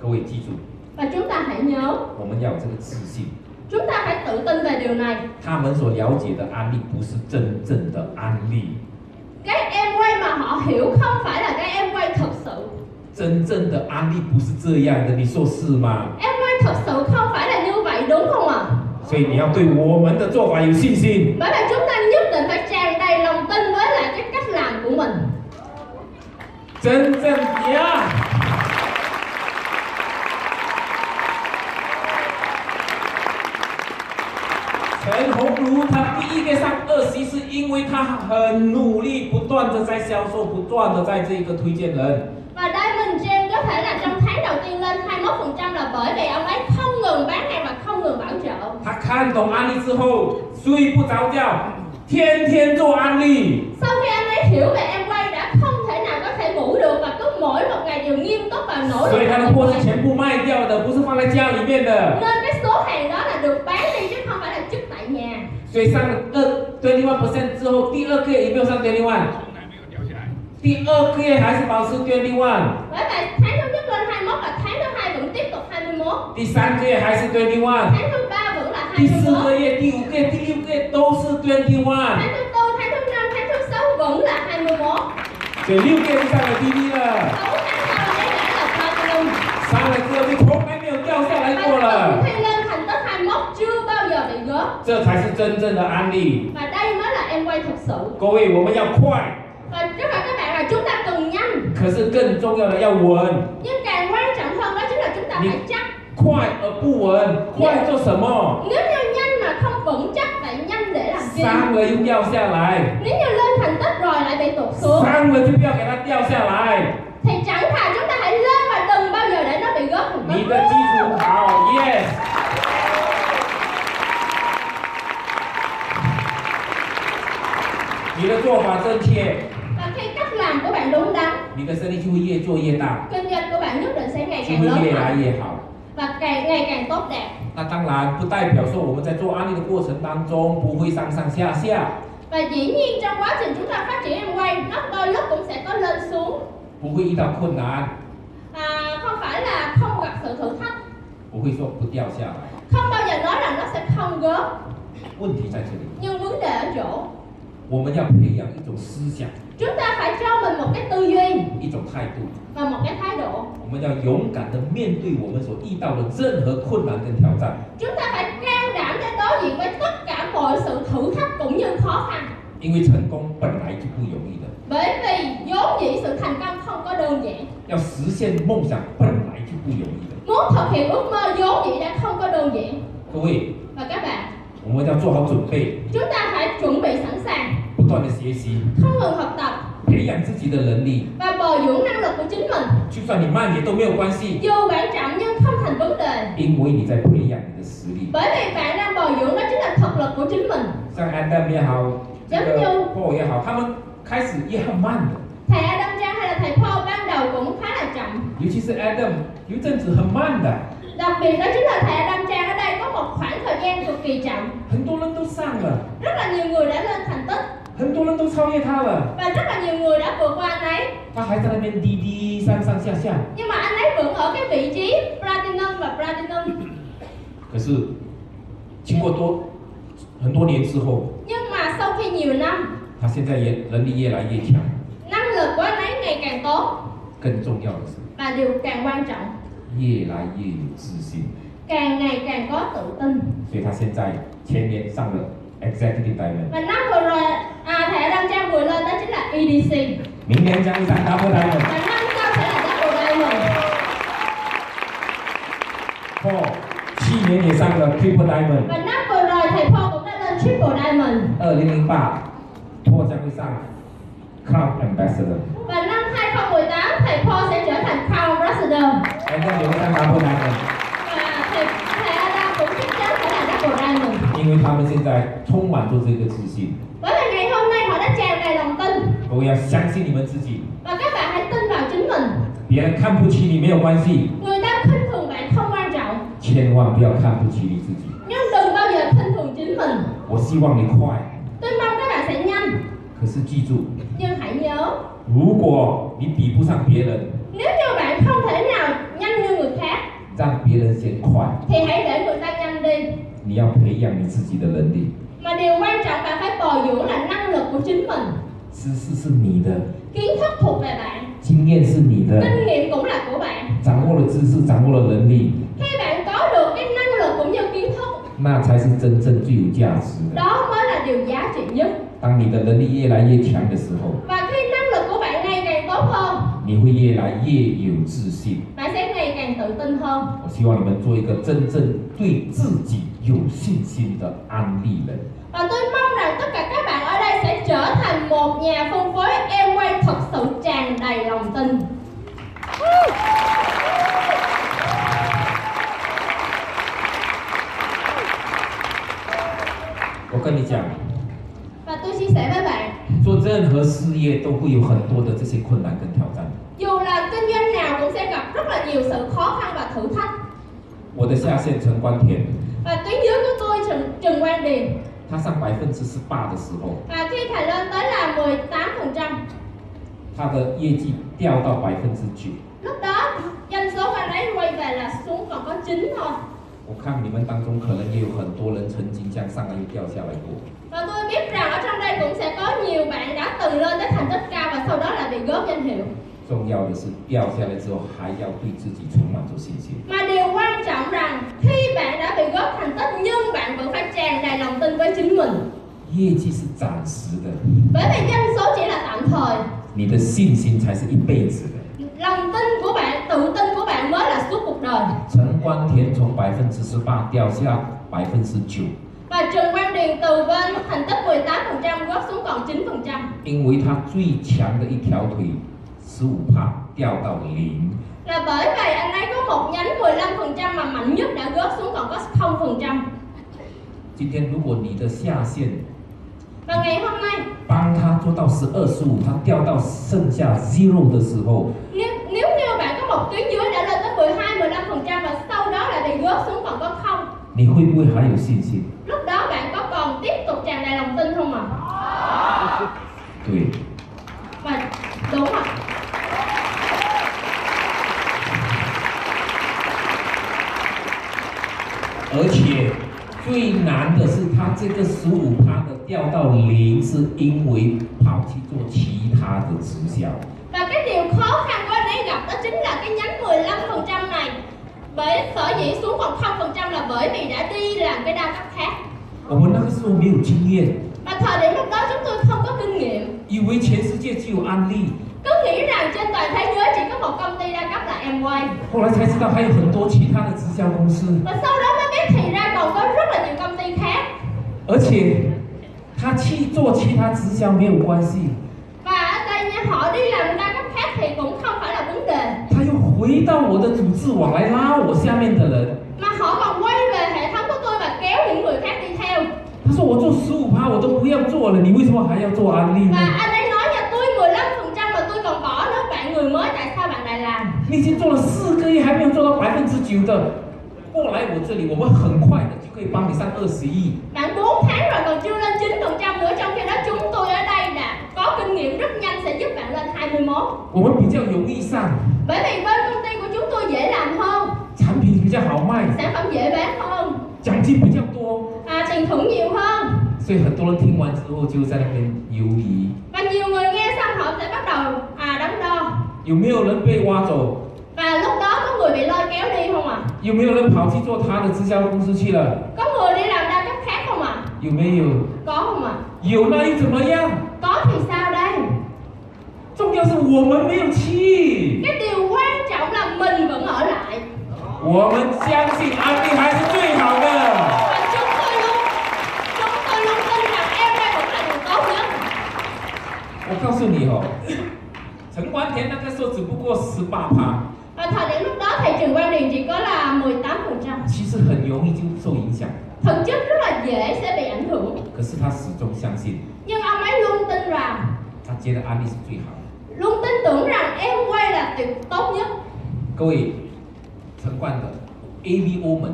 各位记住，
và chúng ta hãy nhớ
我们要有这个自信。
chúng ta phải tự tin về điều này
他们所了解的安利不是真正的安利，
cái em quay mà họ hiểu không phải là cái em quay thật sự
真正的安利不是这样的，你说是吗？
em quay thật sự không phải là như vậy đúng không ạ
所以你要对我们的做法有信心。
bởi vậy chúng ta nhất định phải tràn đầy lòng tin với lại cái cách làm của mình
真正呀！陈鸿儒他第一个上二十一，是因为他很努力，不断的在销售，不断的在这个推荐人。
và Diamond Jam có thể là trong tháng đầu tiên lên 21% là bởi vì ông ấy không ngừng bán hàng và không ngừng bảo trợ
他看懂安利之后，睡不着觉，天天做安利。
Sau khi anh ấy hiểu về em quay đã không thể nào có thể ngủ được và cứ mỗi một ngày đều nghiêm túc và nỗ lực.
所以他的
làm em
货是
quay.
全部卖掉的，不是放在家里面的。
Nên cái số hàng đó là được bán đi chứ không phải là chức tại nhà.
所以上了二 twenty one percent 之后，第二个月有没有上 twenty one？第二个月还是保持 twenty one。
Bởi vậy tháng thứ nhất lên 21 và tháng thứ hai vẫn tiếp tục 21,
第三个月还是 twenty one，
tháng thứ ba vẫn là
第四
21,
个月、第五个月、第六个月都是 twenty one，
tháng thứ tư, tháng thứ năm, tháng thứ sáu vẫn là 21.
所以六个月就上了 TV 了，
Sáu tháng sau đấy đã là platinum.
上了之后就从来没有掉下来
Và
过
từ
了，
khi lên thành tích 21 chưa bao giờ bị gớt.
这才是真正的安利。
Và đây mới là em quay thật sự.
各位，我们要快，
Và rất là các bạn là chúng ta cần nhanh
可是更重要的要稳，
Nhưng càng quan trọng hơn đó chính là chúng ta
Nhưng-
phải chắc
快而不稳，快做什么？
Nếu như nhanh mà không vững chắc vậy nhanh để làm chi
伤了又掉下来，
Nếu như lên thành tích rồi lại bị tụt xuống
伤了就不要给它掉下来。
Thì chẳng thà chúng ta hãy lên và đừng bao giờ để nó bị gớt một
你
tấc.
的基础好，yes。你的做法正确，
Và khi cách làm của bạn đúng đắn
你的生意就会越做越大，
Kinh doanh của bạn nhất định sẽ ngày
就
càng
会
lớn
越
mạnh
来越好。
và càng ngày càng tốt đẹp
那当然不代表说我们在做安利的过程当中不会上上下下，
và dĩ nhiên trong quá trình chúng ta phát triển em quay nó đôi lúc cũng sẽ có lên xuống
不会遇到困难，
à, không phải là không gặp sự thử thách
不会说不掉下来。
không bao giờ nói rằng nó sẽ không gớm
问题在这里，
nhưng vấn đề ở chỗ
我们要培养一种思想，
chúng ta phải cho mình một cái tư duy
一种态度，
và một cái thái độ
我们要勇敢的面对我们所遇到的任何困难跟挑战，
chúng ta phải can đảm để đối diện với tất cả mọi sự thử thách cũng như khó khăn
因为成功本来就不容易的，
bởi vì vốn dĩ sự thành công không có đơn giản
要实现梦想本来就不容易的。
muốn thực hiện ước mơ vốn dĩ đã không có đơn giản
各位，
và các bạn
我们要做好准备，
chúng ta phải chuẩn bị sẵn sàng
不断的学习，
không ngừng học tập
培养自己的能力，
và bồi dưỡng năng lực của chính mình
就算你慢也都没有关系。
dù bạn chậm nhưng không thành vấn đề
因为你在培养你的实力，
bởi vì bạn đang bồi dưỡng đó chính là thực lực của chính mình
像 Adam 也好，这个 Paul 也好，他们开始也很慢的，
thầy Adam Trang hay là thầy Paul ban đầu cũng khá là chậm
尤其是 Adam 有一阵子很慢的，
đặc biệt đó chính là thầy Adam Trang ở đây có một khoảng thời gian cực kỳ chậm
很多人都上了，
rất là nhiều người đã lên thành tích
很多人都超越他了，
và rất là nhiều người đã vượt qua anh ấy
他还在那边滴滴上上下下。
nhưng mà anh ấy vẫn ở cái vị trí platinum và platinum
可是经过多很多年之后，
nhưng mà sau khi nhiều năm
他现在也能力越来越强。
năng lực của anh ấy ngày càng tốt
更重要的是，
và điều càng quan trọng
越来越有自信，
càng ngày càng có tự tin
所以他现在前年上了 Executive Diamond，
và năm vừa rồi à, thẻ đăng trang vừa lên đó chính là EDC
明年将会上 Double Diamond。
và năm sau sẽ là Double Diamond
哦，去年也上了 Triple Diamond，
và năm vừa rồi thầy Paul cũng đã lên Triple Diamond
二零零八，我将会上 Crown Ambassador，
và năm 2018 thầy Paul sẽ trở thành Crown Ambassador
哎，那你会上 Double Diamond，
và thầy thầy Adam cũng chắc chắn sẽ là Double Diamond
因为他们现在充满着这个自信。
bởi vì ngày hôm nay họ đã tràn đầy lòng tin
各位要相信你们自己，
và các bạn hãy tin vào chính mình
别人看不起你没有关系，
người ta khinh thường bạn không quan trọng
千万不要看不起你自己。
nhưng đừng bao giờ khinh thường chính mình
我希望你快，
tôi mong các bạn sẽ nhanh
可是记住，
nhưng hãy nhớ
如果你比不上别人，
nếu như bạn không thể nào nhanh như người khác
让别人先快，
thì hãy để người ta nhanh đi
你要培养你自己的能力，
mà điều quan trọng bạn phải bồi dưỡng là năng lực của chính mình
知识是你的，
kiến thức thuộc về bạn
经验是你的。
kinh nghiệm cũng là của bạn
掌握了知识，掌握了能力，
khi bạn có được cái năng lực cũng như kiến thức
那才是真正最有价值的。
đó mới là điều giá trị nhất
当你的能力越来越强的时候，
và khi năng lực của bạn ngày càng tốt hơn
你会越来越有自信。
bạn sẽ ngày càng tự tin hơn
我希望你们做一个真正对自己有信心的安利人。
và tôi mong rằng tất cả các bạn ở đây sẽ trở thành một nhà phân phối em quay thật sự tràn đầy lòng tin
我跟你讲，
và tôi chia sẻ với bạn
做任何事业都会有很多的这些困难跟挑战。
dù là kinh doanh nào cũng sẽ gặp rất là nhiều sự khó khăn và thử thách
我的下线陈光田，
và tuyến dưới của tôi Trần, Trần Quang Điền
他上百分之十八的时候，
và khi thầy lên tới là 18%
他的业绩掉到百分之九。
lúc đó doanh số của anh ấy quay về là xuống còn có 9 thôi
我看你们当中可能也有很多人曾经这样上来又掉下来过。
và tôi biết rằng ở trong đây cũng sẽ có nhiều bạn đã từng lên tới thành tích cao và sau đó là bị góp danh hiệu
重要的是掉下来之后还要对自己充满着信心。
mà điều quan trọng rằng khi bạn đã bị góp thành tích nhưng bạn vẫn phải tràn đầy lòng tin với chính mình
业绩是暂时的，
bởi vì doanh số chỉ là tạm thời
你的信心才是一辈子的。
lòng tin của bạn tự tin của bạn mới là suốt cuộc đời
陈光田从百分之十八掉下百分之九，
Và Trần Quang Điền từ bên thành tích 18% góp xuống còn 9%.
因为他最强的一条腿十五帕掉到零，
Là bởi vậy anh ấy có một nhánh 15% mà mạnh nhất đã góp xuống còn có 0%.
今天如果你的下线
Và ngày hôm nay,
帮他做到十二十五，他掉到剩下 zero 的时候，
nếu, nếu như bạn có một tuyến dưới đã lên tới 12, 15% và sau đó
你会不会还有信心？
lúc đó bạn có còn tiếp tục tràn đầy lòng tin không ạ
对，
và đúng ạ
Và cái khó khăn nhất là, nó từ 15% đến 0% là vì nó chạy đi làm các công việc khác.
và cái điều khó khăn của anh ấy gặp đó chính là cái nhánh 15% này bởi sở dĩ xuống còn 0% là bởi vì đã đi làm cái đa cấp khác
我们那个时候没有经验，
và thời điểm lúc đó chúng tôi không có kinh nghiệm
以为全世界只有安利，
cứ nghĩ rằng trên toàn thế giới chỉ có một công ty đa cấp là Amway
后来才知道还有很多其他的直销公司，
và sau đó mới biết thì ra còn có rất là nhiều công ty khác
而且他去做其他直销没有关系，
và ở đây nha họ đi làm đa cấp khác thì cũng không phải là vấn đề
他又回到我的组织网来拉我下面的人。
mà họ còn quay về hệ thống của tôi và kéo những người khác đi theo
他说我做十五趴我都不要做了，你为什么还要做安利呢
và？anh ấy nói nha tôi 15% mà tôi còn bỏ nữa bạn người mới tại sao bạn lại làm
你已经做了四个月还没有做到百分之九的，过来我这里，我会很快的就可以帮你上二十亿。
bạn 4 tháng rồi còn chưa lên 9% nữa trong khi đó chúng tôi ở đây là có kinh nghiệm rất nhanh sẽ giúp bạn lên 21
我们比较容易上，
bởi vì bên công ty của chúng tôi dễ làm hơn
产品比较好卖，
sản phẩm dễ bán hơn
奖金比较多，
à, tiền thưởng nhiều hơn
所以很多人听完之后就在那边犹疑，
và nhiều người nghe xong họ sẽ bắt đầu à đắn đo
有没有人被挖走？
và À, lúc đó có người bị lôi kéo đi không ạ
有没有人跑去做他的直销公司去了？
có người đi làm đa cấp khác không ạ
有没有？
có không ạ
有那又怎么样？
có thì sao đây
重要是我们没有去，
cái điều quan trọng là mình vẫn ở lại
我们相信安利还是最好的。
và chúng tôi luôn chúng tôi luôn tin rằng em đây vẫn là điều tốt nhất
我告诉你哦， 陈冠田那个时候只不过十八趴，
và thời điểm lúc đó thì trường quan điểm chỉ có là 18%
其实很容易就受影响，
thực chất rất là dễ sẽ bị ảnh hưởng
可是他始终相信，
nhưng ông ấy luôn tin rằng
他觉得安利是最好的。
luôn tin tưởng rằng em quay là tuyệt tốt nhất
各位，陈冠的 AVO 们，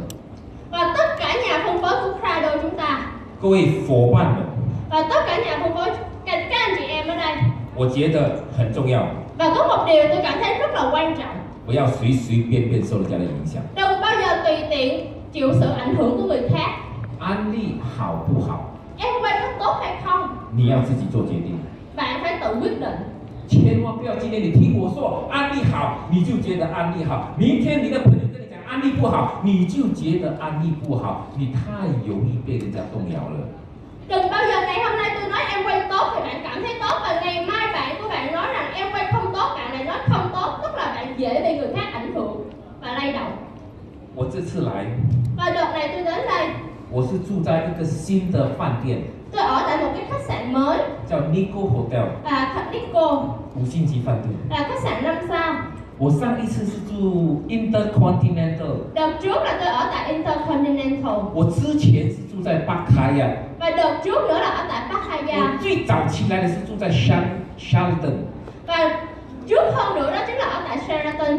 và tất cả nhà phân phối của Crado chúng ta
各位伙伴们，
và tất cả nhà phân phối các, các anh chị em ở đây
我觉得很重要，
và có một điều tôi cảm thấy rất là quan trọng
不要随随便便受人家的影响。
đừng bao giờ tùy tiện chịu sự ảnh hưởng của người khác
安利好不好，
em quay có tốt hay không
你要自己做决定。
bạn phải tự quyết định
千万不要今天你听我说安利好，你就觉得安利好；明天你的朋友跟你讲安利不好，你就觉得安利不好。你太容易被人家动摇了。
đừng bao giờ ngày hôm nay tôi nói em quay tốt thì bạn cảm thấy tốt và ngày mai bạn của bạn nói rằng em quay không tốt bạn lại nói không tốt tức là bạn dễ bị người khác ảnh hưởng và lay động
我这次来，
và đợt này tôi đến đây
我是住在一个新的饭店，
tôi ở tại một cái khách sạn mới
叫 Nico Hotel
啊，khách Nico
五星级饭店。
là khách sạn 5 sao.
我上一次是住 Intercontinental，
Đợt trước là tôi ở tại Intercontinental
我之前是住在巴卡亚，
và đợt trước nữa là ở tại Pattaya
我最早期来的是住在 Shar- Sheraton，
và trước hơn nữa đó chính là ở tại Sheraton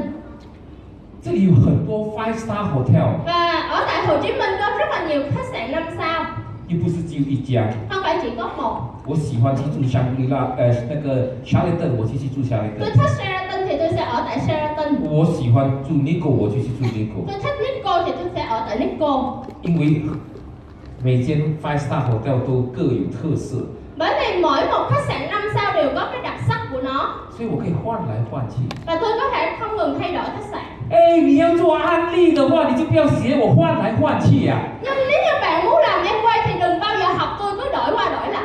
这里有很多 five star hotel，
và ở tại Hồ Chí Minh có rất là nhiều khách sạn 5 sao
又不是只有一家。
không phải chỉ có một
我喜欢去住香格里拉，呃，那个夏雷顿，我就去住夏雷
tôi
顿。
thích Sheraton thì tôi sẽ ở tại Sheraton
我喜欢住 Nico，我就去住 Nico，
tôi thích Nico thì tôi sẽ ở tại Nico
因为每间 five star hotel 都各有特色，
bởi vì mỗi một khách sạn 5 sao đều có cái đặc sắc của nó
所以我可以换来换去。
và tôi có thể không ngừng thay đổi khách sạn
哎，你要做安利的话，你就不要学我换来换去啊呀、
nhưng nếu như bạn muốn làm em quay thì đừng bao giờ học tôi cứ đổi qua đổi lại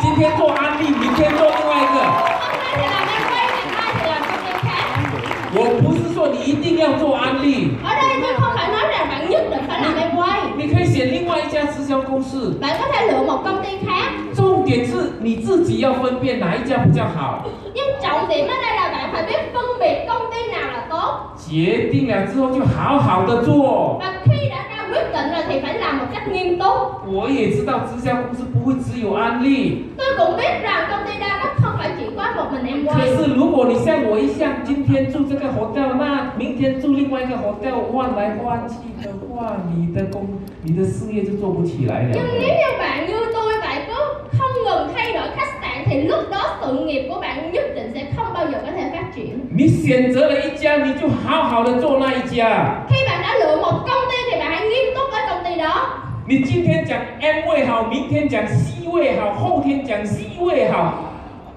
今天做安利，明天做另外一个。
Hôm nay thì làm em quay, ngày mai thì làm công ty khác.
我不是说你一定要做安利，
Ở đây tôi không phải nói rằng bạn nhất định phải làm em quay.
你可以选另外一家直销公司。
Bạn có thể lựa một công ty khác.
重点是你自己要分辨哪一家比较好，
Nhưng trọng điểm ở đây là bạn phải biết phân biệt công ty nào là tốt.
决定了之后就好好的做。
Và khi đã ra quyết định rồi thì phải làm một cách nghiêm túc.
我也知道直销公司不会只有安利，
Tôi cũng biết rằng công ty đa cấp không phải chỉ có một một mình em
可
quay
是如果你像我一样，今天住这个 hotel，那明天住另外一个 hotel，换来换去的话，你的工、你的事业就做不起来了。
nhưng nếu như bạn như tôi vậy cứ không ngừng thay đổi khách sạn thì lúc đó sự nghiệp của bạn nhất định sẽ không bao giờ có thể phát triển
你选择了一家，你就好好的做那一家。
khi bạn đã lựa một công ty thì bạn hãy nghiêm túc với công ty đó
你今天讲 M 位好，明天讲 C 位好，后天讲 C 位好，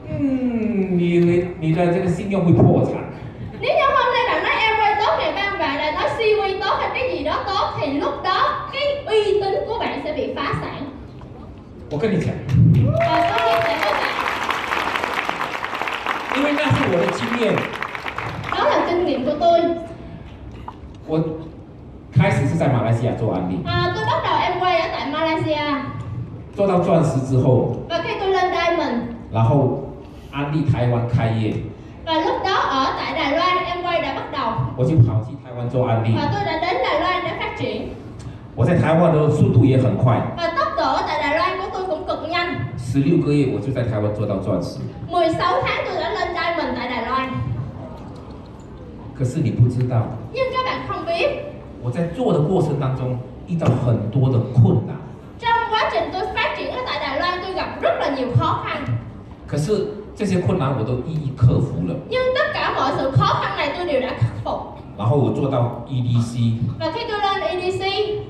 嗯，你会你的这个信用会破产。
nếu như hôm nay bạn nói em quay tốt ngày ban bạn lại nói CW tốt hay cái gì đó tốt thì lúc đó cái uy tín của bạn sẽ bị phá sản
我跟你讲，
và tôi chia sẻ với bạn
因为那是我的经验，
đó là kinh nghiệm của tôi
我开始是在马来西亚做安利，
à, tôi bắt đầu em quay ở tại Malaysia
做到钻石之后，
và khi tôi lên Diamond
然后安利台湾开业，
và lúc đó ở tại Đài Loan em quay đã bắt đầu
我就跑去台湾做安利，
và tôi đã đến Đài Loan để phát triển
我在台湾的速度也很快，
và tốc độ ở tại Đài Loan của tôi cũng cực nhanh
十六个月我就在台湾做到钻石。
16 tháng tôi đã lên Diamond tại Đài Loan
可是你不知道，
nhưng các bạn không biết
我在做的过程当中遇到很多的困难。
trong quá trình tôi phát triển ở tại Đài Loan tôi gặp rất là nhiều khó khăn
可是这些困难我都一一克服了，
nhưng tất cả mọi sự khó khăn này tôi đều đã khắc phục
然后我做到 EDC，
và khi tôi lên EDC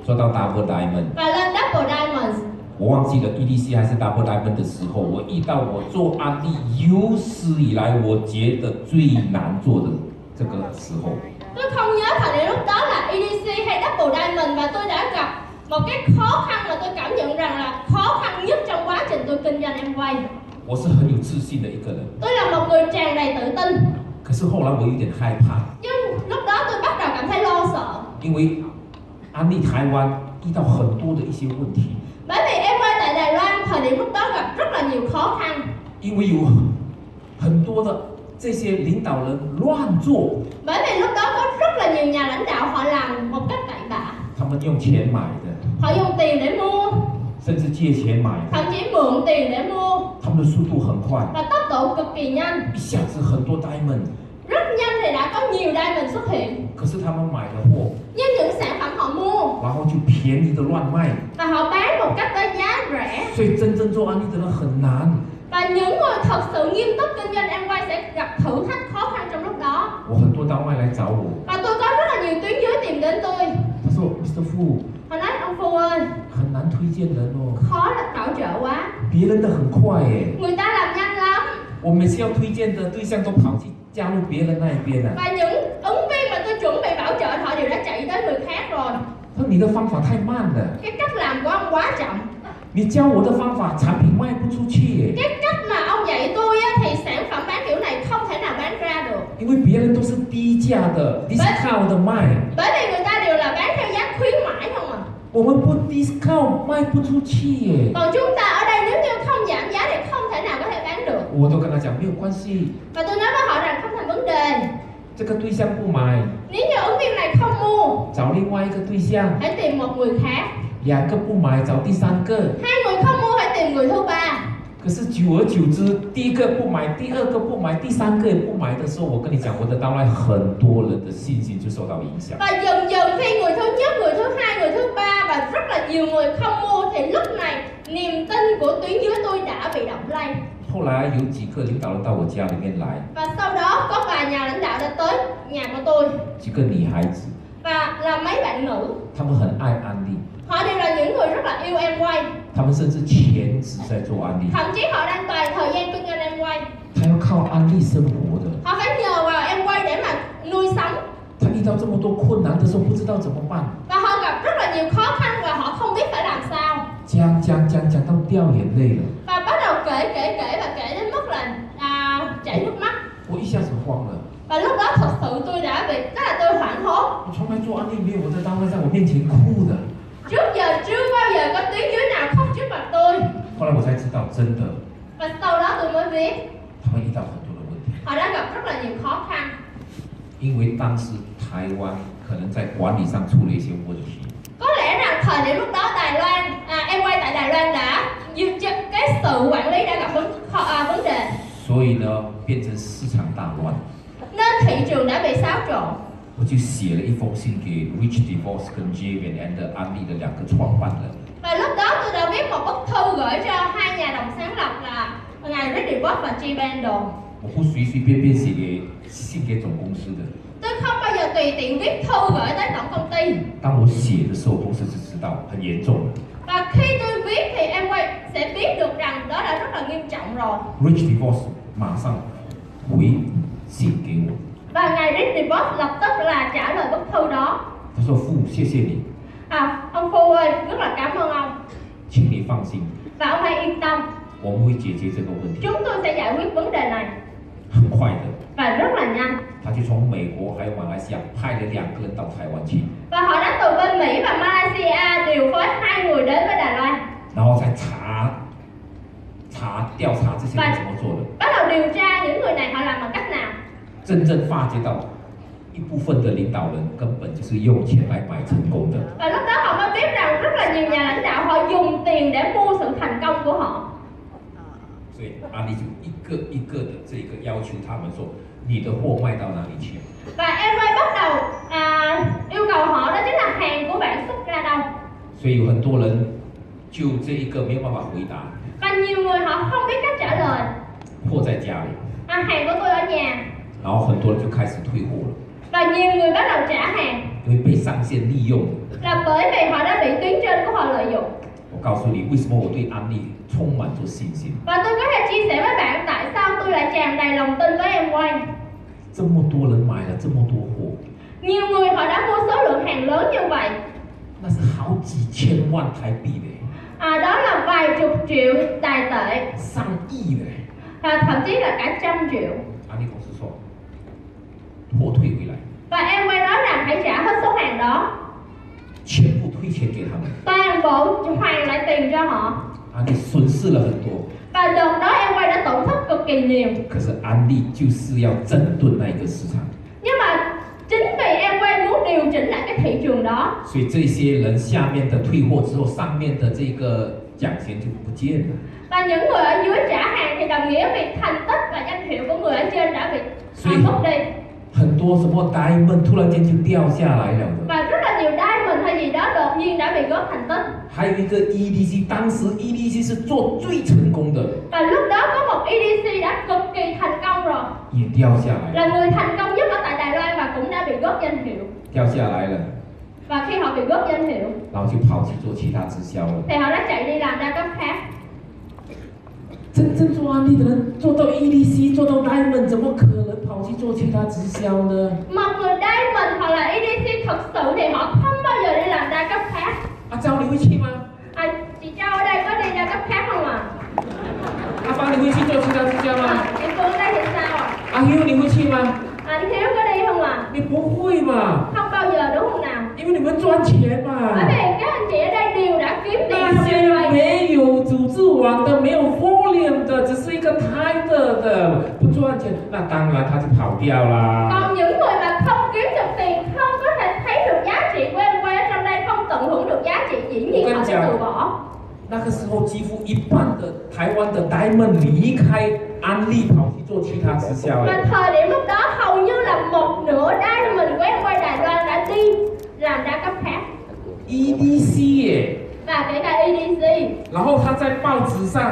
做到 Double Diamond。
và lên Double Diamonds
我忘记了 EDC 还是 Double Diamond 的时候，我遇到我做安利有史以来我觉得最难做的这个时候。
tôi không nhớ thời điểm lúc đó là EDC hay Double Diamond và tôi đã gặp một cái khó khăn mà tôi cảm nhận rằng là khó khăn nhất trong quá trình tôi kinh doanh em quay
我是很有自信的一个人，
tôi là một người tràn đầy tự tin
可是后来我有点害怕，
nhưng lúc đó tôi bắt đầu cảm thấy lo sợ
因为安利台湾遇到很多的一些问题，
bởi vì em quay tại Đài Loan thời điểm lúc đó gặp rất là nhiều khó khăn
因为有很多的这些领导人乱做，
Bởi vì lúc đó có rất là nhiều nhà lãnh đạo họ làm một cách bậy bạ
他们用钱买的。
Họ dùng tiền để mua,
甚至借钱买，
thậm chí mượn tiền để mua
他们的速度很快，
Và tốc độ cực kỳ nhanh
一下子很多 diamond，
Rất nhanh thì đã có nhiều diamond xuất hiện
可是他们买了货，
Nhưng những sản phẩm họ mua
然后就便宜的乱卖，
Và họ bán một cách với giá rẻ
所以真正做安利的人很难。
Và những người thật sự nghiêm túc kinh doanh em quay sẽ gặp thử thách khó khăn trong lúc đó
我很多单位来找我，
Và tôi có rất là nhiều tuyến dưới tìm đến tôi
他说 Mr. Fu
Họ nói ông Phu ơi,
很难推荐人哦，
khó là bảo trợ quá
别人的很快耶，
Người ta làm nhanh lắm
我每次要推荐的对象都跑去加入别人那一边了、啊。
Và những ứng viên mà tôi chuẩn bị bảo trợ họ đều đã chạy tới người khác rồi
他说你的方法太慢了，
cái cách làm của ông quá chậm
你教我的方法产品卖不出去耶，
cái cách mà ông dạy tôi á, thì sản phẩm bán kiểu này không thể nào bán ra được
因为别人都是低价的 discount 的卖。
bởi vì người ta đều là bán theo giá khuyến mãi không à
我们不 discount 卖不出去耶。
còn chúng ta ở đây nếu như không giảm giá thì không thể nào có thể bán được
我都跟他讲没有关系，
và tôi nói với họ rằng không thành vấn đề
这个对象不买，
nếu như ứng viên này không mua
找另外一个对象；
hãy tìm một người khác
两个不买，找第三个。
hai người không mua hãy tìm người thứ ba
可是久而久之，第一个不买，第二个不买，第三个也不买的时候，我跟你讲，我的当然很多人的信心就受到影响。
và dần dần khi người thứ nhất người thứ hai người thứ ba và rất là nhiều người không mua thì lúc này niềm tin của tuyến dưới tôi đã bị động lay
后来有几个领导人到我家里面来，
Và sau đó có vài nhà lãnh đạo đã tới nhà của tôi
几个女孩子，
và là mấy bạn nữ.
她们很爱安利，
Họ đều là những người rất là yêu em quay,
她们甚至全职在做安利，
thậm chí họ đang toàn thời gian kinh doanh em quay.
她要靠安利生活的。
Họ phải nhờ vào em quay để mà nuôi sống
她遇到这么多困难的时候，不知道怎么办。
và họ gặp rất là nhiều khó khăn và họ không biết phải làm sao.
讲讲讲讲到掉眼泪了，
Và bắt đầu kể kể kể và kể đến mức là à, chảy nước mắt.
我一下子慌了。
Và lúc đó thật sự tôi đã bị, tức là tôi hoảng hốt.
我从来做安利没有我在单位在我面前哭的，
Trước giờ chưa bao giờ có tiếng dưới nào khóc trước mặt tôi.
后来我才知道，真的，
Và sau đó tôi mới biết
他们遇到很多的问题，
họ đã gặp rất là nhiều khó khăn.
因为当时台湾可能在管理上出了一些问题，
Có lẽ rằng thời điểm lúc đó Đài Loan, E à, em quay tại Đài Loan đã dư- cái sự quản lý đã gặp vấn, khó- à, vấn đề.
所所以呢，变成市场大乱。
nên thị trường đã bị xáo trộn
我就写了一封信给 Rich Divorce 跟 Javian and 安利的两个创办人，
và lúc đó tôi đã viết một bức thư gửi cho hai nhà đồng sáng lập là ngài Ridley Watt và G. Bandel
我不随随便便写给信给总公司的。
tôi không bao giờ tùy tiện viết thư gửi tới tổng công ty
当我写的时候，公司就知道很严重了。
và khi tôi viết thì em quay sẽ biết được rằng đó đã rất là nghiêm trọng rồi
Rich Divorce 马上回信给我，
và ngài Ridley Watt lập tức là trả lời bức thư đó
他说：“父，谢谢你，
à ông Phu ơi rất là cảm ơn ông
请你放心，
và ông hãy yên tâm
我们会解决这个问题。
chúng tôi sẽ giải quyết vấn đề này ”
很快的，
và rất là nhanh
他就从美国还有马来西亚派了两个人到台湾去，
và họ đã từ bên Mỹ và Malaysia điều phối hai người đến với Đài Loan
然后再查查调查这些人怎么做的。
bắt đầu điều tra những người này họ làm bằng cách nào
真正发觉到一部分的领导人根本就是用钱来买成功的。
và lúc đó họ mới biết rằng rất là nhiều nhà lãnh đạo họ dùng tiền để mua sự thành công của họ
所以阿里就一个一个的这个要求他们说，你的货卖到哪里去？
và Amway bắt đầu à, yêu cầu họ đó chính là hàng của bạn xuất ra đâu
所以有很多人就这一个没有办法回答，
và nhiều người họ không biết cách trả lời
货在家里，
à, hàng của tôi ở nhà
然后很多人就开始退货了，
và nhiều người bắt đầu trả hàng
因为被上线利用。
là bởi vì họ đã bị tuyến trên của họ lợi dụng
我告诉你，为什么我对安利充满着信心？
và tôi có thể chia sẻ với bạn tại sao tôi lại tràn đầy lòng tin với Amway
这么多人买了这么多货，
nhiều người họ đã mua số lượng hàng lớn như vậy
那是好几千万台币的，
à, đó là vài chục triệu tài tệ
上亿的。
và thậm chí là cả trăm triệu
安利公司说，货退回来，
và em quay nói rằng hãy trả hết số hàng đó
全部退钱给他们。
toàn bộ hoàn lại tiền cho họ
安利损失了很多，
và đợt đó em quay đã tổn thất cực kỳ nhiều
可是安利就是要整顿那一个市场，
nhưng mà chính vì em quay muốn điều chỉnh lại cái thị trường đó
所以这些人下面的退货之后，上面的这个奖钱就不见了。
và những người ở dưới trả hàng thì đồng nghĩa việc thành tích và danh hiệu của người ở trên đã bị
Suy.
mất đi
很多什么 diamond 突然间就掉下来了的，
và rất là nhiều diamond hay gì đó đột nhiên đã bị góp thành tích
还有一个 EDC，当时 EDC 是做最成功的，
và lúc đó có một EDC đã cực kỳ thành công rồi
也掉下来，
là người thành công nhất ở tại Đài Loan và cũng đã bị góp danh hiệu
掉下来了，
và khi họ bị góp danh hiệu
然后就跑去做其他直销了。
thì họ đã chạy đi làm đa cấp khác
真正做安利的人做到 EDC 做到 Diamond，怎么可能跑去做其他直销呢？
một người diamond hoặc là EDC thật sự thì họ không bao giờ đi làm đa cấp khác
阿娇你会去吗？
à, chị Châu ở đây có đi đa cấp khác không ạ
阿芳你会去做其他直销
à?
吗？
chị Phương ở đây thì sao ạ À,
阿 Hugh 你会去吗？
anh Hiếu có đi không ạ
你不会嘛？
không bao giờ đúng không nào
因为你们赚钱
bởi
嘛。
vì các anh chị ở đây đều đã kiếm tiền
那
trong
些
Amway
没有组织网的、没有 volume 的，只是一个 title 的，不赚钱，那当然他就跑掉啦。
còn những người mà không kiếm được tiền không có thể thấy được giá trị của em quay ở trong đây không tận hưởng được giá trị dĩ nhiên họ sẽ từ bỏ
那个时候几乎一半的台湾的 diamond 离开安利跑去做其他直销了。
Và thời điểm lúc đó hầu như là một nửa diamond của em quay Đài Loan đã đi làm đa cấp khác
EDC E 耶，
và kể cả E EDC
然后他在报纸上，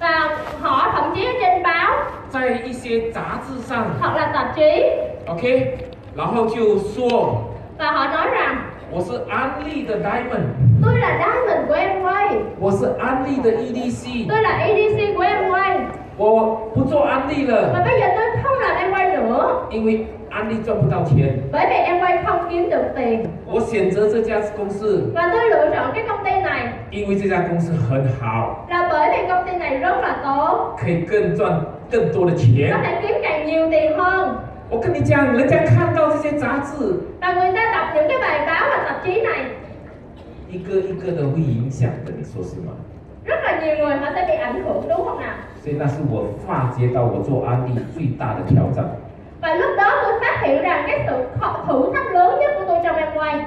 và họ thậm chí ở trên báo
在一些杂志上
hoặc là tạp chí
，OK，然后就说
và họ nói rằng
我是安利的 Diamond，
tôi là diamond của em quay
我是安利的 EDC，
tôi là E EDC của em quay
我不做安利了，
và bây giờ tôi không làm em quay nữa
因为安利赚不到钱，
bởi vì em quay không kiếm được tiền
我选择这家公司，
và tôi lựa chọn cái công ty này
因为这家公司很好。
là bởi vì công ty này rất là tốt
可以更赚更多的
Dạ.
钱。
có thể kiếm càng nhiều tiền hơn
我跟你讲，人家看到这些杂志，
và người ta đọc những cái bài báo và tạp chí này
一个一个的会影响的，你说是吗？
rất là nhiều người họ sẽ bị ảnh hưởng đúng không nào
所以那是我发觉到我做安利最大的挑战。
và lúc đó tôi phát hiện rằng cái sự khó- thử thách lớn nhất của tôi trong em quay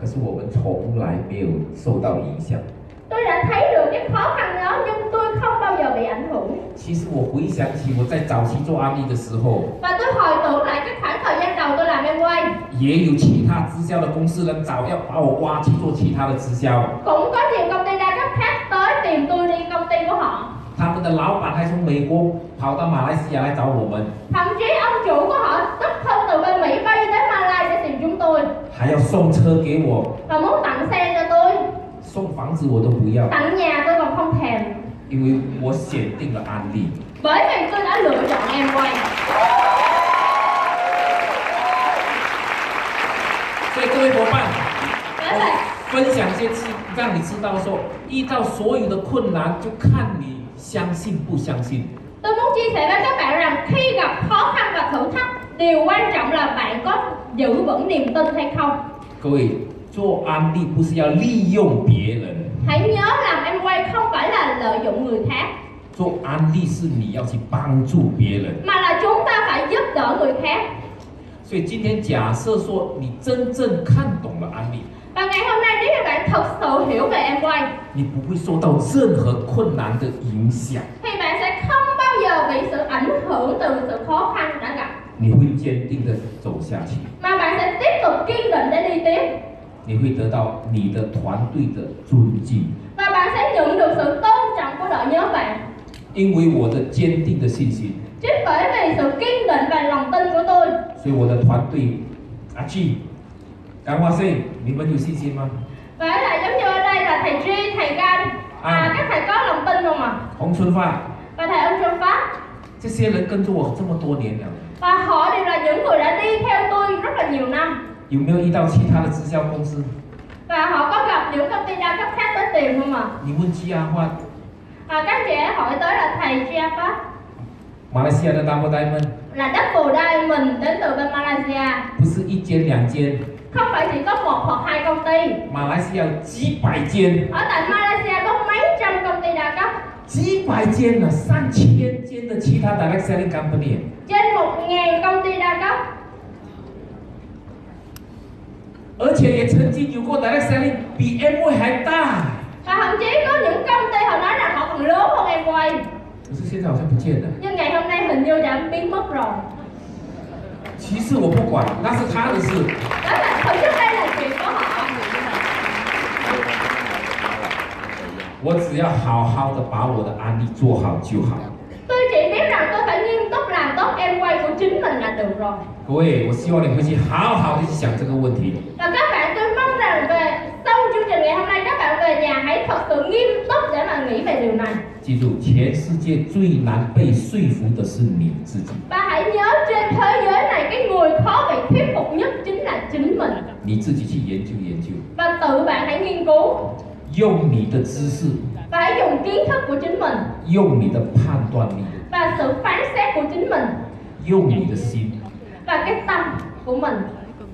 可是我们从来没有受到影响，
tôi đã thấy được cái khó khăn đó nhưng tôi không bao giờ bị ảnh hưởng
其实我回想起我在早期做安利的时候，
Và tôi hồi tưởng lại cái khoảng thời gian đầu tôi làm em quay
也有其他直销的公司人找要把我挖去做其他的直销，
Cũng có nhiều công ty đa cấp khác tới tìm tôi đi công ty của họ
他们的老板还从美国跑到马来西亚来找我们，
Thậm chí ông chủ của họ tức thân từ bên Mỹ bay tới Malay để tìm chúng tôi
还要送车给我，
Và muốn tặng xe cho tôi
送房子我都不要，
Tặng nhà tôi còn không thèm
因为我选定了安利。
Bởi vì tôi đã lựa chọn em quay
所以各位伙伴，
Thế vậy
分享这次让你知道说，遇到所有的困难就看你相信不相信。
Tôi muốn chia sẻ với các bạn rằng khi gặp khó khăn và thử thách Điều quan trọng là bạn có giữ vững niềm tin hay không
各位，做安利不是要利用别人，
Hãy nhớ làm em quay không phải là lợi dụng người khác
做安利是你要去帮助别人。
Mà là chúng ta phải giúp đỡ người khác
所以今天假设说你真正看懂了安利，
Và ngày hôm nay nếu các bạn thật sự hiểu về em quay
你不会受到任何困难的影响，
Thì bạn sẽ không bao giờ bị sự ảnh hưởng từ sự khó khăn đã gặp
你会坚定的走下去，
Mà bạn sẽ tiếp tục kiên định để đi tiếp
你会得到你的团队的尊敬。
Và bạn sẽ nhận được sự tôn trọng của đội nhóm bạn
因为我的坚定的信心，
Chính bởi vì sự kiên định và lòng tin của tôi
所以我的团队阿季、甘花生，你们有信心吗？
Và là giống như ở đây là thầy Tri, thầy Gan À, các thầy có lòng tin không ạ?
洪春发，
Và thầy ông Trương Pháp
这些人跟着我这么多年了，
Và họ đều là những người đã đi theo tôi rất là nhiều năm
有没有遇到其他的直销公司？
Và họ có gặp những công ty đa cấp khác tới tìm không ạ?
你问季阿花，
À, các chị ấy hỏi tới là thầy Chia Pháp
马来西亚的 Double Diamond
là đất Bồ Đai mình đến từ bên Malaysia
不是一间两间，
không phải chỉ có một hoặc hai công ty
马来西亚有几百间，
ở tại Malaysia có mấy trăm công ty đa cấp
几百间啊，上千间的其他 direct selling company，
trên một ngàn công ty đa cấp
而且也曾经有过 direct selling 比 M 位还大，
và thậm chí có những công ty họ nói rằng họ còn lớn hơn em quay
可是现在好像不见了。
nhưng ngày hôm nay hình như đã biến mất rồi
其实我不管，那是他的事。
đó là thực chất đây là chuyện của họ
Thank
我只要好好的把我的安利做好就好。
tôi chỉ biết rằng tôi phải nghiêm túc làm tốt em quay của chính mình là được rồi
各位，我希望你回去好好的去想这个问题。
và các bạn tôi mong rằng về sau chương trình ngày hôm nay các bạn về nhà hãy thật sự nghiêm túc để mà nghĩ về điều này
记住，全世界最难被说服的是你自己，
Và hãy nhớ trên thế giới này cái người khó bị thuyết phục nhất chính là chính mình
你自己去研究研究，
Và tự bạn hãy nghiên cứu
用你的知识，
Và hãy dùng kiến thức của chính mình
用你的判断力，
Và sự phán xét của chính mình
用你的心。
Và cái tâm của mình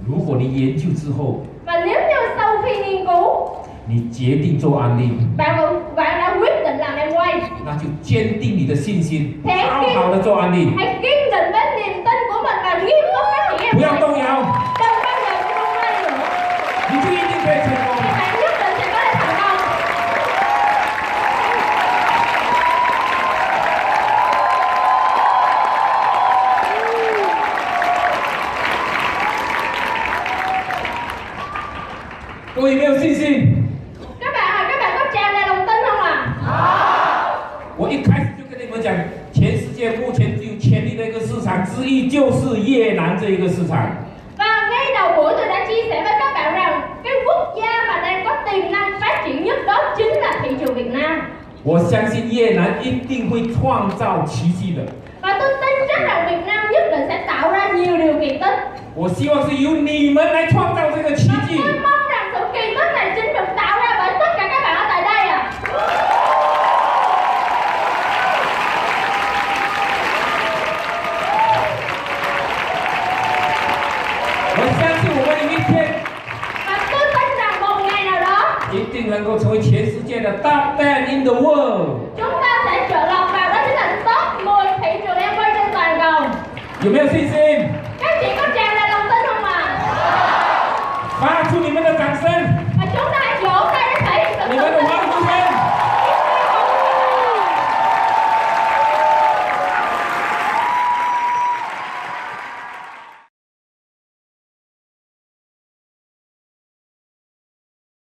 如果你研究之后，
Và nếu như sau khi nghiên cứu
你决定做安利，
Bạn bạn đã quyết định làm em quay
那就坚定你的信心，
Thế
好
kiên,
好的做安利，
hãy kiên định với niềm tin của mình Và nghiêm túc phát triển
不
em
要
quay
动摇，
Đừng bao giờ cũng không quay nữa
你就一定可以成功
Thì。bạn nhất định sẽ có được thành công
各位有没有信心？
Các bạn ơi, các bạn có tràn đầy lòng tin không ạ?
我一开始就跟你们讲，全世界目前最有潜力的一个市场之一就是越南这一个市场。
Và ngay đầu buổi tôi đã chia sẻ với các bạn rằng cái quốc gia mà đang có tiềm năng phát triển nhất đó chính là thị trường Việt Nam.
我相信越南一定会创造奇迹的。
Và tôi tin chắc rằng Việt Nam nhất định sẽ tạo ra nhiều điều kỳ tích.
我希望是由你们来创造这个奇
Và
迹。
tôi mong rằng sự kỳ tích này chính được tạo ra bởi tất cả các bạn ở tại đây ạ. À.
我相信我们有一天
Và tôi tin rằng một ngày nào đó
一定能够成为全世界的 top ten in the world。
chúng ta sẽ trở lọt vào đó chính là top 10 thị trường em quay trên toàn cầu.
有没有信心？